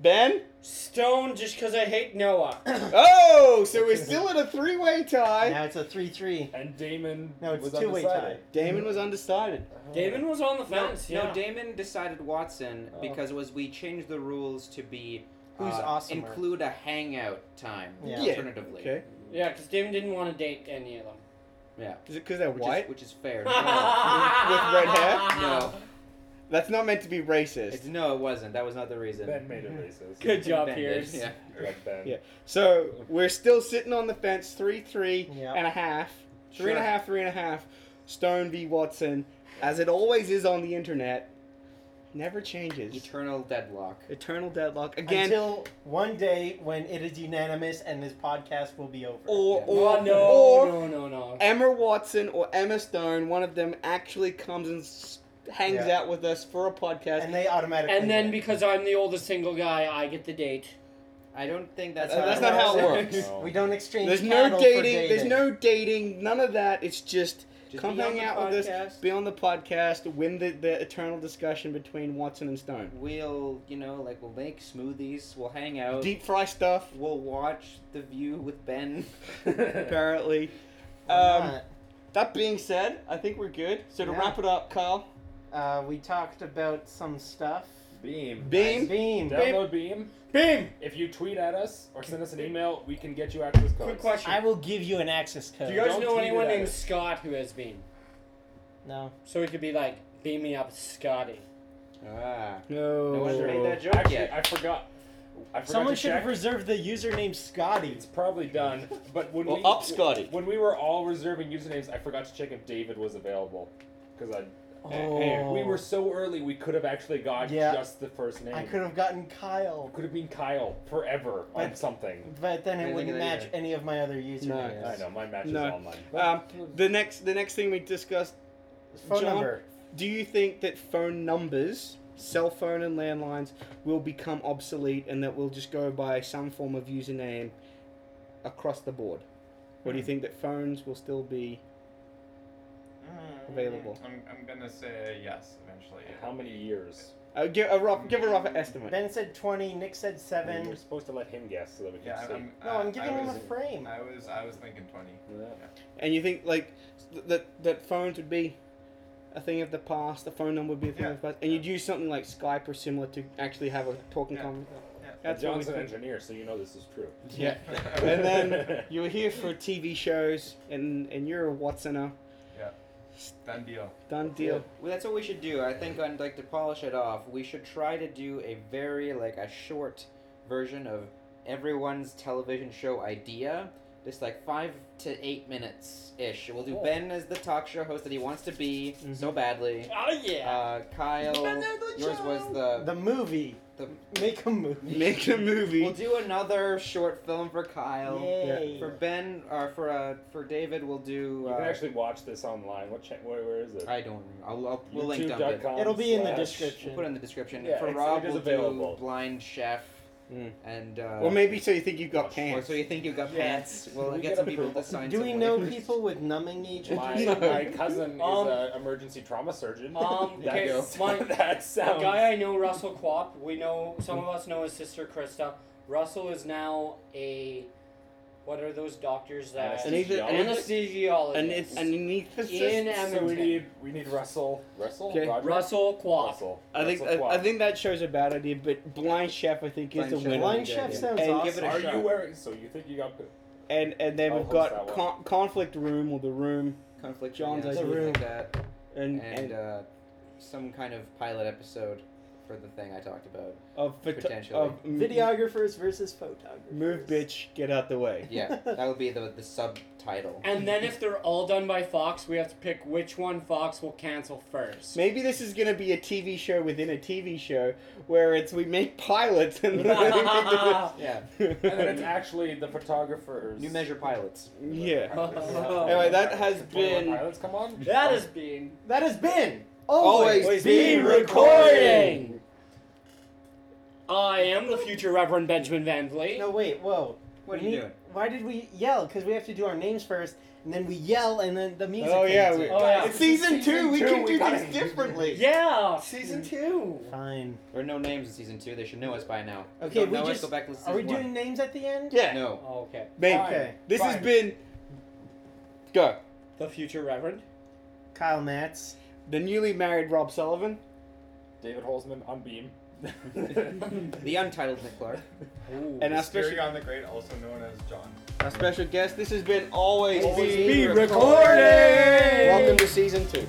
Speaker 3: Ben.
Speaker 8: Stone just because I hate Noah.
Speaker 3: Oh, so we're still in a three-way tie.
Speaker 2: Now it's a three-three.
Speaker 5: and Damon.
Speaker 2: No, it's
Speaker 5: was
Speaker 2: a two-way
Speaker 5: undecided.
Speaker 3: Damon was undecided.
Speaker 8: Damon was on the
Speaker 6: No,
Speaker 8: fence.
Speaker 6: no,
Speaker 8: yeah.
Speaker 6: Damon decided Watson
Speaker 3: Oh.
Speaker 6: because it was we changed the rules to be
Speaker 2: Who's
Speaker 6: uh,
Speaker 2: awesomer?
Speaker 6: include a hangout time
Speaker 2: Yeah.
Speaker 3: Yeah,
Speaker 6: alternatively.
Speaker 3: Okay.
Speaker 8: Yeah, because Damon didn't want to date any of them.
Speaker 6: Yeah.
Speaker 3: Is it because they're
Speaker 6: Which
Speaker 3: white?
Speaker 6: Is, which is fair. No.
Speaker 3: red hair?
Speaker 6: no.
Speaker 3: That's not meant to be racist.
Speaker 6: It's, no, it wasn't. That was not the reason.
Speaker 5: Ben made it racist.
Speaker 8: Good job,
Speaker 6: Ben did,
Speaker 8: Pierce.
Speaker 6: Yeah.
Speaker 5: Like Ben.
Speaker 3: Yeah. So we're still sitting on the fence, three, three
Speaker 2: Yeah.
Speaker 3: and a half, three and a
Speaker 6: Sure.
Speaker 3: half, three and a half. Stone v Watson, as it always is on the internet, never changes.
Speaker 6: Eternal deadlock.
Speaker 3: Eternal deadlock again,
Speaker 2: Until one day when it is unanimous and this podcast will be over.
Speaker 3: or
Speaker 6: Yeah.
Speaker 3: or
Speaker 8: oh, no,
Speaker 3: or
Speaker 8: no, no, no.
Speaker 3: Emma Watson or Emma Stone, one of them actually comes and s- hangs
Speaker 2: Yeah.
Speaker 3: out with us for a podcast.
Speaker 2: and they automatically.
Speaker 8: And then because I'm the oldest single guy, I get the date.
Speaker 6: I don't think that's,
Speaker 3: That's- that's
Speaker 6: how
Speaker 3: not how it works.
Speaker 5: No.
Speaker 2: we don't exchange.
Speaker 3: there's no
Speaker 2: cattle for
Speaker 3: dating, There's no dating. None of that. It's just,
Speaker 6: Just
Speaker 3: come
Speaker 6: be on
Speaker 3: hang
Speaker 6: the
Speaker 3: out with us.
Speaker 6: podcast.
Speaker 3: Be on the podcast. Win the, the eternal discussion between Watson and Stone.
Speaker 6: We'll, you know, like we'll make smoothies. We'll hang out.
Speaker 3: Deep fry stuff.
Speaker 6: We'll watch The View with Ben.
Speaker 3: Apparently.
Speaker 2: Why
Speaker 3: Um,
Speaker 2: not?
Speaker 3: that being said, I think we're good. So to
Speaker 2: Yeah.
Speaker 3: wrap it up, Kyle,
Speaker 2: Uh, we talked about some stuff.
Speaker 5: Beam.
Speaker 3: Beam,
Speaker 2: Beam.
Speaker 5: Download Beam.
Speaker 8: Bim!
Speaker 5: If you tweet at us or send us an email, we can get you access codes.
Speaker 8: Quick question.
Speaker 2: I will give you an access code.
Speaker 8: Do you guys
Speaker 5: Uh, Don't
Speaker 8: know
Speaker 5: tweet
Speaker 8: anyone
Speaker 5: it at
Speaker 8: named
Speaker 5: us.
Speaker 8: Scott who has been?
Speaker 2: no.
Speaker 8: So it could be like, beam me up, Scotty.
Speaker 6: ah.
Speaker 3: No.
Speaker 6: No one's made that joke
Speaker 5: Actually,
Speaker 6: yet.
Speaker 5: I forgot. I forgot
Speaker 2: Someone
Speaker 5: to
Speaker 2: should
Speaker 5: check.
Speaker 2: have reserved the username Scotty.
Speaker 5: It's probably done. But when
Speaker 3: Well,
Speaker 5: we
Speaker 3: up, Scotty.
Speaker 5: When we were all reserving usernames, I forgot to check if David was available because I. eh,
Speaker 2: Oh.
Speaker 5: We were so early. We could have actually got
Speaker 2: Yeah.
Speaker 5: just the first name.
Speaker 2: I could have gotten Kyle,
Speaker 5: Could have been Kyle forever on
Speaker 2: But-
Speaker 5: something.
Speaker 2: but then it
Speaker 6: Didn't
Speaker 2: wouldn't
Speaker 6: think of that
Speaker 2: match
Speaker 6: either.
Speaker 2: any of my other usernames.
Speaker 5: I know my match is
Speaker 3: No.
Speaker 5: online.
Speaker 3: Um, the next, the next thing we discussed.
Speaker 2: Phone
Speaker 3: John,
Speaker 2: number.
Speaker 3: Do you think that phone numbers, cell phone and landlines, will become obsolete and that we'll just go by some form of username across the board? Or
Speaker 9: Hmm.
Speaker 3: do you think that phones will still be available?
Speaker 9: I'm, I'm gonna say yes eventually.
Speaker 5: How many years?
Speaker 3: Uh, give, a rough, give a rough estimate.
Speaker 2: Ben said 20, Nick said
Speaker 5: We're
Speaker 2: 7.
Speaker 5: supposed to let him guess so that we can
Speaker 9: Yeah,
Speaker 5: see.
Speaker 9: I'm,
Speaker 2: No, I'm
Speaker 9: I-
Speaker 2: giving
Speaker 9: I
Speaker 2: him
Speaker 9: was,
Speaker 2: a frame.
Speaker 9: I was I was thinking twenty.
Speaker 3: And you think like th- that that phones would be a thing of the past, the phone number would be a thing of the past, and you'd use something like Skype or similar to actually have a talking
Speaker 9: Yeah.
Speaker 3: conversation.
Speaker 9: Yeah.
Speaker 3: That's what we
Speaker 5: John's an
Speaker 3: think.
Speaker 5: engineer, so you know this is true.
Speaker 3: Yeah. and then you were here for TV shows, and and you're a Watsoner.
Speaker 9: Done deal.
Speaker 3: Done deal.
Speaker 6: Well, that's what we should do. I think on like to polish it off, we should try to do a very like a short version of everyone's television show idea. Just like five to eight minutes ish. We'll do
Speaker 8: Cool.
Speaker 6: Ben as the talk show host that he wants to be so badly.
Speaker 8: Oh yeah!
Speaker 6: Uh, Kyle, yours was the
Speaker 2: The movie.
Speaker 6: the.
Speaker 2: Make a movie.
Speaker 3: Make a
Speaker 6: We'll
Speaker 3: movie.
Speaker 6: do another short film for Kyle.
Speaker 2: Yay.
Speaker 6: For Ben, or for uh, for David, we'll do.
Speaker 5: You
Speaker 6: Uh,
Speaker 5: can actually watch this online. What? Cha- where, where is it?
Speaker 6: I don't. remember. I'll, I'll we'll link dump it.
Speaker 5: YouTube.com
Speaker 2: It'll be in the
Speaker 5: slash-
Speaker 6: We'll
Speaker 2: description.
Speaker 6: put it in the description.
Speaker 5: Yeah,
Speaker 6: For
Speaker 5: it's-
Speaker 6: Rob,
Speaker 5: it is
Speaker 6: we'll
Speaker 5: available.
Speaker 6: do Blind Chef.
Speaker 3: Mm.
Speaker 6: And, uh,
Speaker 3: Or maybe so you think you've got
Speaker 6: or
Speaker 3: pants.
Speaker 6: so you think you got
Speaker 2: Yeah.
Speaker 6: pants. We'll
Speaker 5: We
Speaker 6: get
Speaker 5: get
Speaker 6: some
Speaker 5: a
Speaker 6: people
Speaker 5: pro-
Speaker 6: to sign
Speaker 2: Do we
Speaker 6: some
Speaker 2: know
Speaker 6: waivers.
Speaker 2: people with numbing agents?
Speaker 5: My,
Speaker 3: No.
Speaker 5: my cousin is
Speaker 8: Um,
Speaker 5: an emergency trauma surgeon.
Speaker 8: um,
Speaker 5: that,
Speaker 8: okay,
Speaker 5: is-
Speaker 8: my-
Speaker 5: that sounds.
Speaker 8: The guy I know, Russell Quap. We know some of us know his sister Krista. Russell is now a what are those doctors that
Speaker 5: Anesthesiologist?
Speaker 8: anesthesiologist
Speaker 3: And it's an
Speaker 8: in
Speaker 3: anesthetist.
Speaker 5: so we
Speaker 8: Edmonton.
Speaker 5: need we need Russell. Russell.
Speaker 3: Okay.
Speaker 5: Roger?
Speaker 8: Russell Quap.
Speaker 5: Russell.
Speaker 3: I think I,
Speaker 5: Russell
Speaker 3: I
Speaker 5: Quack.
Speaker 3: think that show's a bad idea, but Blind Chef I think is
Speaker 6: Blind
Speaker 3: the
Speaker 6: Chef.
Speaker 3: winner.
Speaker 2: Blind
Speaker 6: Yeah,
Speaker 2: Chef
Speaker 6: yeah.
Speaker 2: sounds
Speaker 3: And give
Speaker 2: awesome.
Speaker 3: it a
Speaker 5: Are
Speaker 3: shot.
Speaker 5: you wearing? So you think you got?
Speaker 3: And and then
Speaker 5: I'll
Speaker 6: Oh,
Speaker 3: we've
Speaker 5: host that
Speaker 3: got
Speaker 5: one.
Speaker 3: con- conflict room or the room,
Speaker 6: Conflict
Speaker 3: John's
Speaker 6: yeah,
Speaker 3: idea.
Speaker 6: something like that.
Speaker 3: and, and,
Speaker 6: And, uh, some kind of pilot episode for the thing I talked about.
Speaker 3: of photo-
Speaker 6: potentially.
Speaker 3: of m-
Speaker 2: Videographers versus photographers.
Speaker 3: Move, bitch, get out the way.
Speaker 6: Yeah, that would be the, the subtitle.
Speaker 8: And then if they're all done by Fox, we have to pick which one Fox will cancel first.
Speaker 3: Maybe this is gonna be a TV show within a TV show where it's we make pilots and then
Speaker 6: Yeah,
Speaker 3: we make
Speaker 5: And then it's
Speaker 3: the-
Speaker 5: actually the photographers.
Speaker 6: new measure pilots.
Speaker 3: yeah.
Speaker 5: Oh, Anyway,
Speaker 3: that has been-
Speaker 5: Pilots, come on.
Speaker 8: That has been
Speaker 2: That has been
Speaker 3: Always
Speaker 2: be
Speaker 3: be
Speaker 2: recording.
Speaker 8: recording. I am the future Reverend Benjamin Van Vliet.
Speaker 2: No, wait, whoa. We
Speaker 6: What are you
Speaker 2: need-
Speaker 6: doing?
Speaker 2: Why did we yell? Because we have to do our names first, and then we yell, and then the music.
Speaker 3: Oh
Speaker 2: fades
Speaker 3: yeah,
Speaker 2: in.
Speaker 3: we,
Speaker 8: Oh, yeah.
Speaker 3: it's season,
Speaker 5: Season
Speaker 3: two. We
Speaker 5: two,
Speaker 3: can
Speaker 5: we
Speaker 3: do
Speaker 5: gotta-
Speaker 3: things differently.
Speaker 8: Yeah,
Speaker 3: Season
Speaker 8: two.
Speaker 2: Fine.
Speaker 6: There are no names in season two. They should know us by now. If
Speaker 2: Okay,
Speaker 6: you don't
Speaker 2: we
Speaker 6: know us,
Speaker 2: just-
Speaker 6: go back to season
Speaker 2: Are we
Speaker 6: one.
Speaker 2: doing names at the end?
Speaker 3: Yeah,
Speaker 6: No.
Speaker 8: Oh, Okay.
Speaker 3: mate.
Speaker 2: Okay.
Speaker 3: This has
Speaker 5: Fine.
Speaker 3: been go
Speaker 8: The future Reverend.
Speaker 2: Kyle Matz.
Speaker 3: the newly married Rob Sullivan.
Speaker 5: David Holzman on beam.
Speaker 6: The untitled Nick Clark.
Speaker 3: And our special-
Speaker 9: Mysterion the Great, also known as John.
Speaker 3: Our special guest. This has been always,
Speaker 6: Always
Speaker 3: be,
Speaker 6: be
Speaker 3: recording. Welcome to season two.